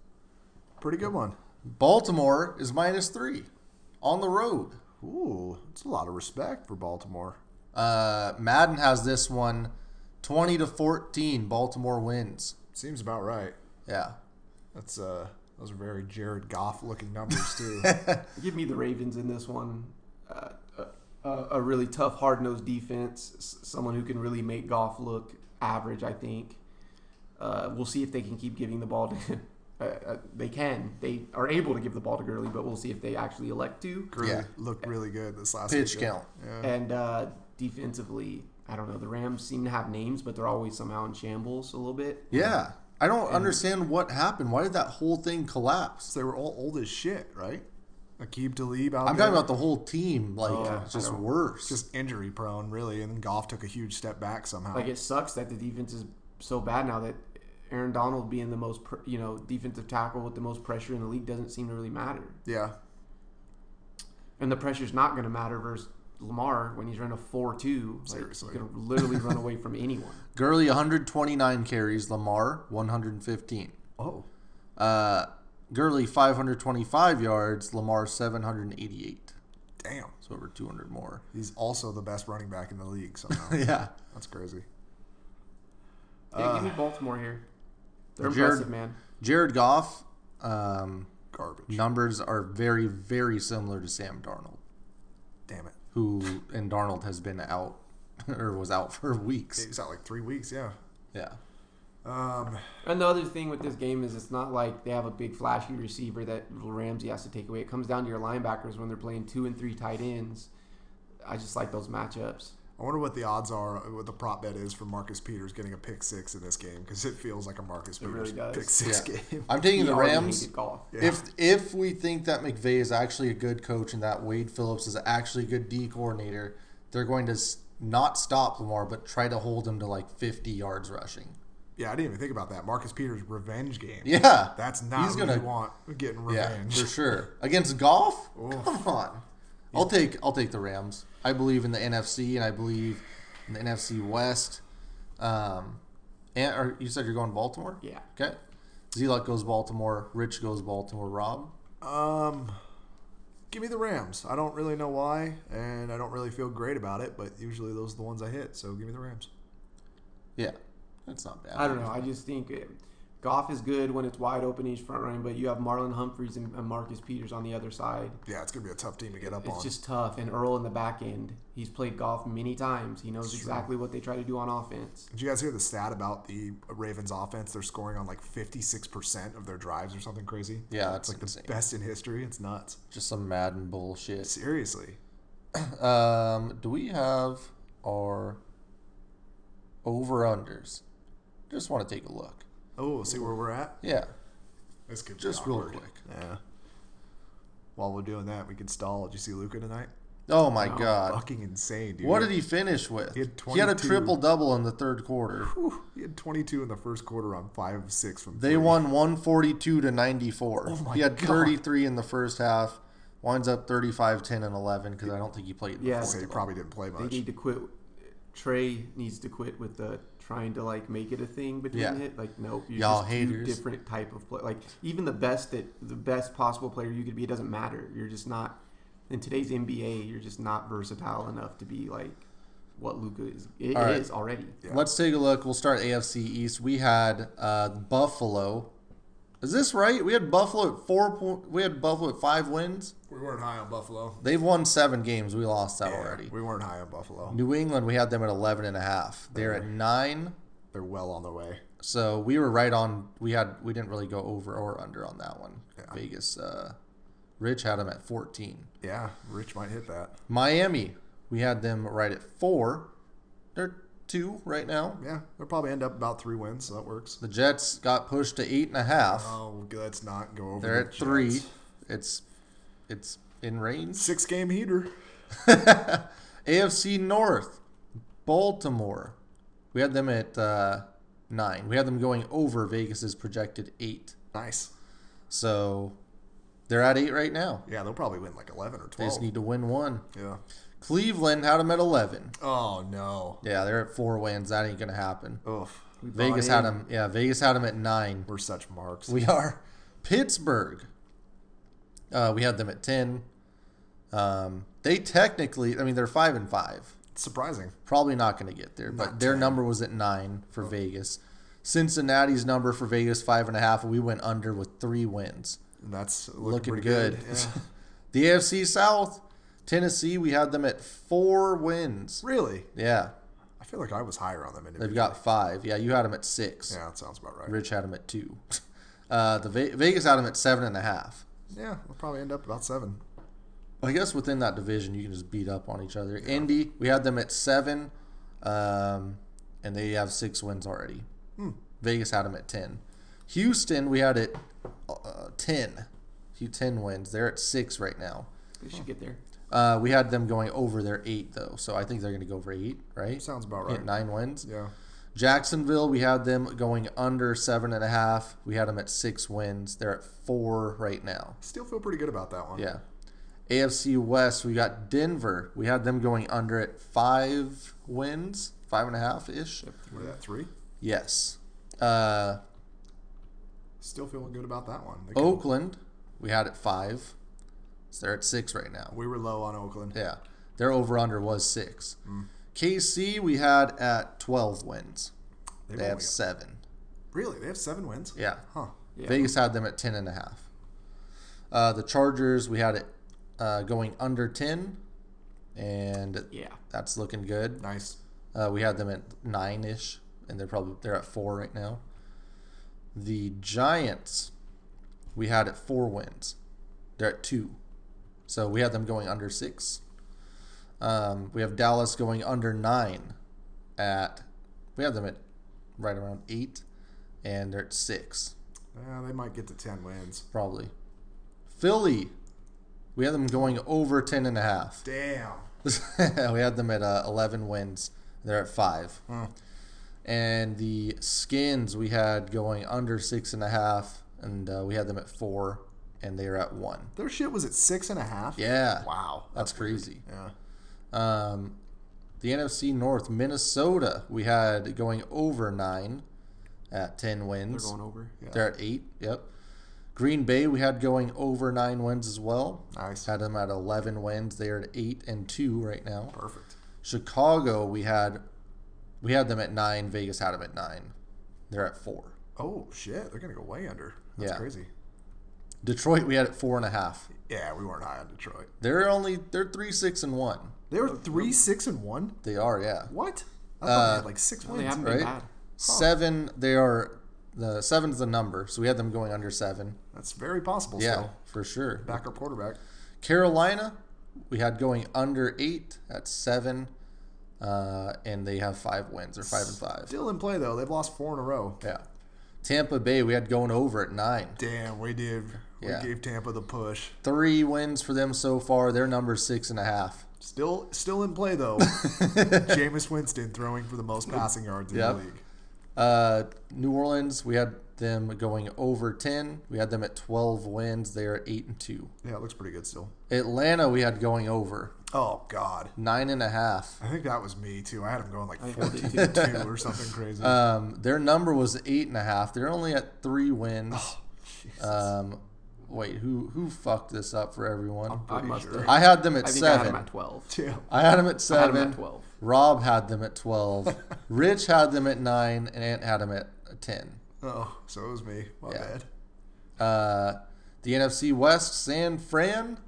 Pretty good one. Baltimore is minus three on the road. Ooh, it's a lot of respect for Baltimore. Uh, Madden has this one 20 to 14. Baltimore wins. Seems about right. Yeah. That's uh, those are very Jared Goff looking numbers too. Give me the Ravens in this one. Uh, a, a really tough, hard nosed defense. S- Someone who can really make golf look average, I think. Uh, we'll see if they can keep giving the ball to him. Uh, uh, they can. They are able to give the ball to Gurley, but we'll see if they actually elect to. Really Yeah. looked really good this last Pitch weekend. count. Yeah. And uh, defensively, I don't know. The Rams seem to have names, but they're always somehow in shambles a little bit. Yeah. I don't understand what happened. Why did that whole thing collapse? So they were all old as shit, right? Akib Talib out I'm there, talking about the whole team. Like, Yeah, it's I just don't- worse. just injury prone, really, and then Goff took a huge step back somehow. Like it sucks that the defense is so bad now that Aaron Donald being the most pr- you know defensive tackle with the most pressure in the league doesn't seem to really matter. yeah, And the pressure's not going to matter versus Lamar when he's running a four-two. Like, Seriously. he could literally run away from anyone. Gurley 129 carries. Lamar 115. oh, Uh, Gurley 525 yards, Lamar 788. damn, So over 200 more. he's also the best running back in the league somehow. yeah. That's crazy. Yeah, give me Baltimore here. They're Jared- impressive, man. Jared Goff um, Garbage. numbers are very, very similar to Sam Darnold, Damn it. who and Darnold has been out or was out for weeks. He's out like three weeks. Yeah. Yeah. Um, And the other thing with this game is it's not like they have a big flashy receiver that Ramsey has to take away. It comes down to your linebackers when they're playing two and three tight ends. I just like those matchups. I wonder what the odds are, what the prop bet is for Marcus Peters getting a pick six in this game because it feels like a Marcus Peters really does. pick six Yeah. game. I'm taking He the already Rams. hated golf. If if we think that McVay is actually a good coach and that Wade Phillips is actually a good D coordinator, they're going to s- not stop Lamar but try to hold him to like 50 yards rushing. Yeah, I didn't even think about that. Marcus Peters revenge game. Yeah. That's not He's what gonna- you want getting Yeah, revenge. for sure. Against golf? Oof. Come on. I'll take I'll take the Rams. I believe in the NFC and I believe in the NFC West. Um, and or you said you're going Baltimore? Yeah. Okay. Zelot goes Baltimore. Rich goes Baltimore. Rob. Um, give me the Rams. I don't really know why, and I don't really feel great about it. But usually those are the ones I hit. So give me the Rams. Yeah, that's not bad. I don't know. I just think it, Goff is good when it's wide open. He's front running, but you have Marlon Humphreys and, and Marcus Peters on the other side. Yeah, it's gonna be a tough team to get up It's on. just tough. And Earl in the back end, he's played golf many times. He knows exactly what they try to do on offense. Did you guys hear the stat about the Ravens offense? They're scoring on like fifty six percent of their drives or something crazy. Yeah, it's that's like insane. the best in history. It's nuts. Just some Madden bullshit. Seriously. Um, do we have our over unders? Just want to take a look. Oh, see where we're at. Yeah, This could be just real awkward. quick. Yeah. While we're doing that, we could stall. Did you see Luca tonight? Oh my god, Fucking insane, dude. what did he finish with? He had He had a 22. triple double in the third quarter. Whew, he had 22 in the first quarter on five of six from. They three. won 142 to 94. Oh my he had God. 33 in the first half, winds up 35, 10, and 11 because I don't think he played. In Yeah. I'd say he the fourth. probably didn't play They much. need to quit. Trey needs to quit with the trying to like make it a thing between Yeah. it. Like, nope, you're Y'all just haters. two different type of play. Like, even the best that the best possible player you could be, it doesn't matter. You're just not in today's NBA. You're just not versatile enough to be like what Luca is. It All right. is already. Yeah. Let's take a look. We'll start AFC East. We had uh, Buffalo. Is this right? We had Buffalo at four point. We had Buffalo at five wins. We weren't high on Buffalo. They've won seven games. We lost that already. We weren't high on Buffalo. New England, we had them at 11 and a half. They're at nine. They're well on their way. So we were right on. We had we didn't really go over or under on that one. Yeah. Vegas. Uh, Rich had them at 14. Yeah, Rich might hit that. Miami, we had them right at four. They're two right now. Yeah, they'll probably end up about three wins, so that works. The Jets got pushed to eight and a half. Oh, let's not go over. They're the at three. Jets. It's it's in range. Six game heater. AFC North, Baltimore. We had them at uh, nine. We had them going over Vegas's projected eight. Nice. So they're at eight right now. Yeah, they'll probably win like eleven or They twelve. just need to win one. yeah. Cleveland had them at eleven. Oh no. Yeah, they're at four wins. That ain't gonna happen. Oof. We Vegas bought had in. them. Yeah, Vegas had them at nine. We're such marks. We are Pittsburgh. Uh, we had them at ten. Um, they technically, I mean, they're five and five. It's surprising. Probably not going to get there, but Not Oh. their 10. number was at nine for Vegas. Cincinnati's number for Vegas five and a half, and we went under with three wins. And that's looking, Looking pretty good. good. Yeah. The AFC South, Tennessee, we had them at four wins. really? Yeah, I feel like I was higher on them they've individually. got five. Yeah, you had them at six. Yeah, that sounds about right. Rich had them at two. Uh, the Ve- Vegas had them at seven and a half. Yeah, we'll probably end up about seven. I guess within that division, you can just beat up on each other. Indy, we had them at seven, um, and they have six wins already. Hmm. Vegas had them at ten. Houston, we had it uh, ten. Hu- Ten wins. They're at six right now. They should get there. Uh, we had them going over their eight though, so I think they're going to go over eight, right? Sounds about Hit right. nine wins. Yeah. Jacksonville, we had them going under seven and a half. We had them at six wins. They're at four right now. Still feel pretty good about that one. Yeah. AFC West, we got Denver. We had them going under at five wins, five and a half ish. What is that, three? Yes. Uh, Still feel good about that one. They could- Oakland, we had at five. So they're at six right now. We were low on Oakland. Yeah. Their over under was six. KC, we had at 12 wins. They've They only have got- seven. really? They have seven wins? Yeah. Huh. Yeah. Vegas had them at 10 and a half. Uh, the Chargers, we had it uh, going under 10. And Yeah. that's looking good. Nice. Uh, we had them at nine ish, and they're probably they're at four right now. The Giants, we had at four wins. They're at two, so we had them going under six. Um, we have Dallas going under nine. At we have them at right around eight, and they're at six Yeah, they might get to ten wins. probably. Philly, we had them going over ten and a half. Damn. we had them at uh, 11 wins. They're at five. And the skins we had going under six and a half, and uh, we had them at four, and they are at one. Their shit was at six and a half? Yeah. Uh, Wow. That's, crazy. Yeah. Um, the NFC North, Minnesota, we had going over nine at 10 They're wins. going over. Yeah. They're at eight. Yep. Green Bay, we had going over nine wins as well. Nice. Had them at 11 wins. They are at eight and two right now. Perfect. Chicago, we had we had them at nine. Vegas had them at nine. They're at four. Oh shit, they're gonna go way under. That's Yeah. crazy. Detroit, we had at four and a half. Yeah, we weren't high on Detroit. They're only they're three six and one. They were three, six, and one. They are yeah What? I thought Uh, they had like six They wins. haven't right? been bad. seven. They are the seven's the number, so we had them going under seven. That's very possible. Yeah, Still. for sure. Backup quarterback. Carolina, we had going under eight at seven, uh, and they have five wins. They're five and five. Still in play though. They've lost four in a row. Yeah. Tampa Bay, we had going over at nine. Damn, we did. Yeah. We gave Tampa the push. Three wins for them so far. Their number's six and a half. Still, still in play though. Jameis Winston throwing for the most passing yards in Yep. the league. Uh, New Orleans, we had them going over 10. We had them at 12 wins. They are 8 and 2. Yeah, it looks pretty good still. Atlanta, we had going over Oh God, 9.5. I think that was me too. I had him going like think I did, fourteen to two or something crazy. Um, their number was 8.5. They're only at 3 wins. um, wait, who who fucked this up for everyone? I'm pretty must sure. have. I had them at I think I had 7. him at 12. Yeah. I had them at I had him at 7. 12. Rob had them at 12. Rich had them at 9. And Ant had them at 10. Oh, so it was me. My Yeah. bad. Uh, the NFC West, San Fran.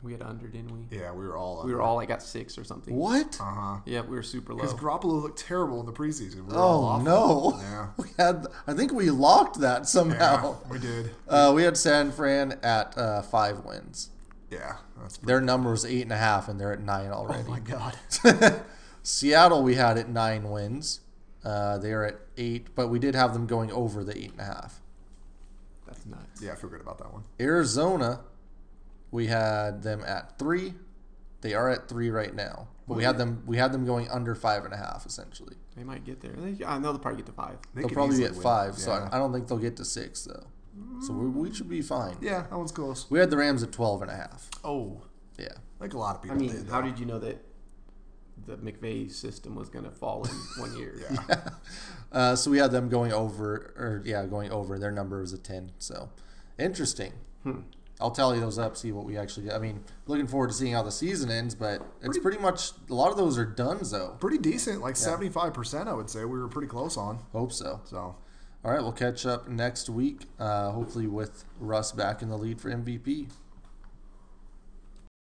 We had under, didn't we? Yeah, we were all. We were all like at six or something. What? Uh huh. Yeah, we were super low. Because Garoppolo looked terrible in the preseason. We were all Oh awful. no! Yeah. We had. I think we locked that Yeah, somehow. we did. Uh, we had San Fran at uh, five wins. Yeah, that's. Their number was eight and a half, and they're at nine already. Oh my God. Seattle, we had at nine wins. Uh, they are at eight, but we did have them going over the eight and a half. That's nuts. Yeah, I feel good about that one. Arizona, we had them at three. They are at three right now, but we had them. We had them going under five and a half essentially. They might get there. They, I know they'll probably get to five. They They'll could probably be easily at win. five, so Yeah. I, I don't think they'll get to six though. So we, we should be fine. yeah, that one's close. We had the Rams at 12 and a half. Oh, Yeah. like a lot of I people mean, did. how though. did you know that the McVay system was going to fall in one year? Yeah. Uh, so we had them going over, or yeah, going over. Their number was a 10. So interesting. I'll tally those up, see what we actually did. I mean, looking forward to seeing how the season ends, but it's pretty much a lot of those are done, though. Pretty decent, like seventy-five percent. I would say we were pretty close on. Hope so. So All right, we'll catch up next week, uh, hopefully with Russ back in the lead for MVP.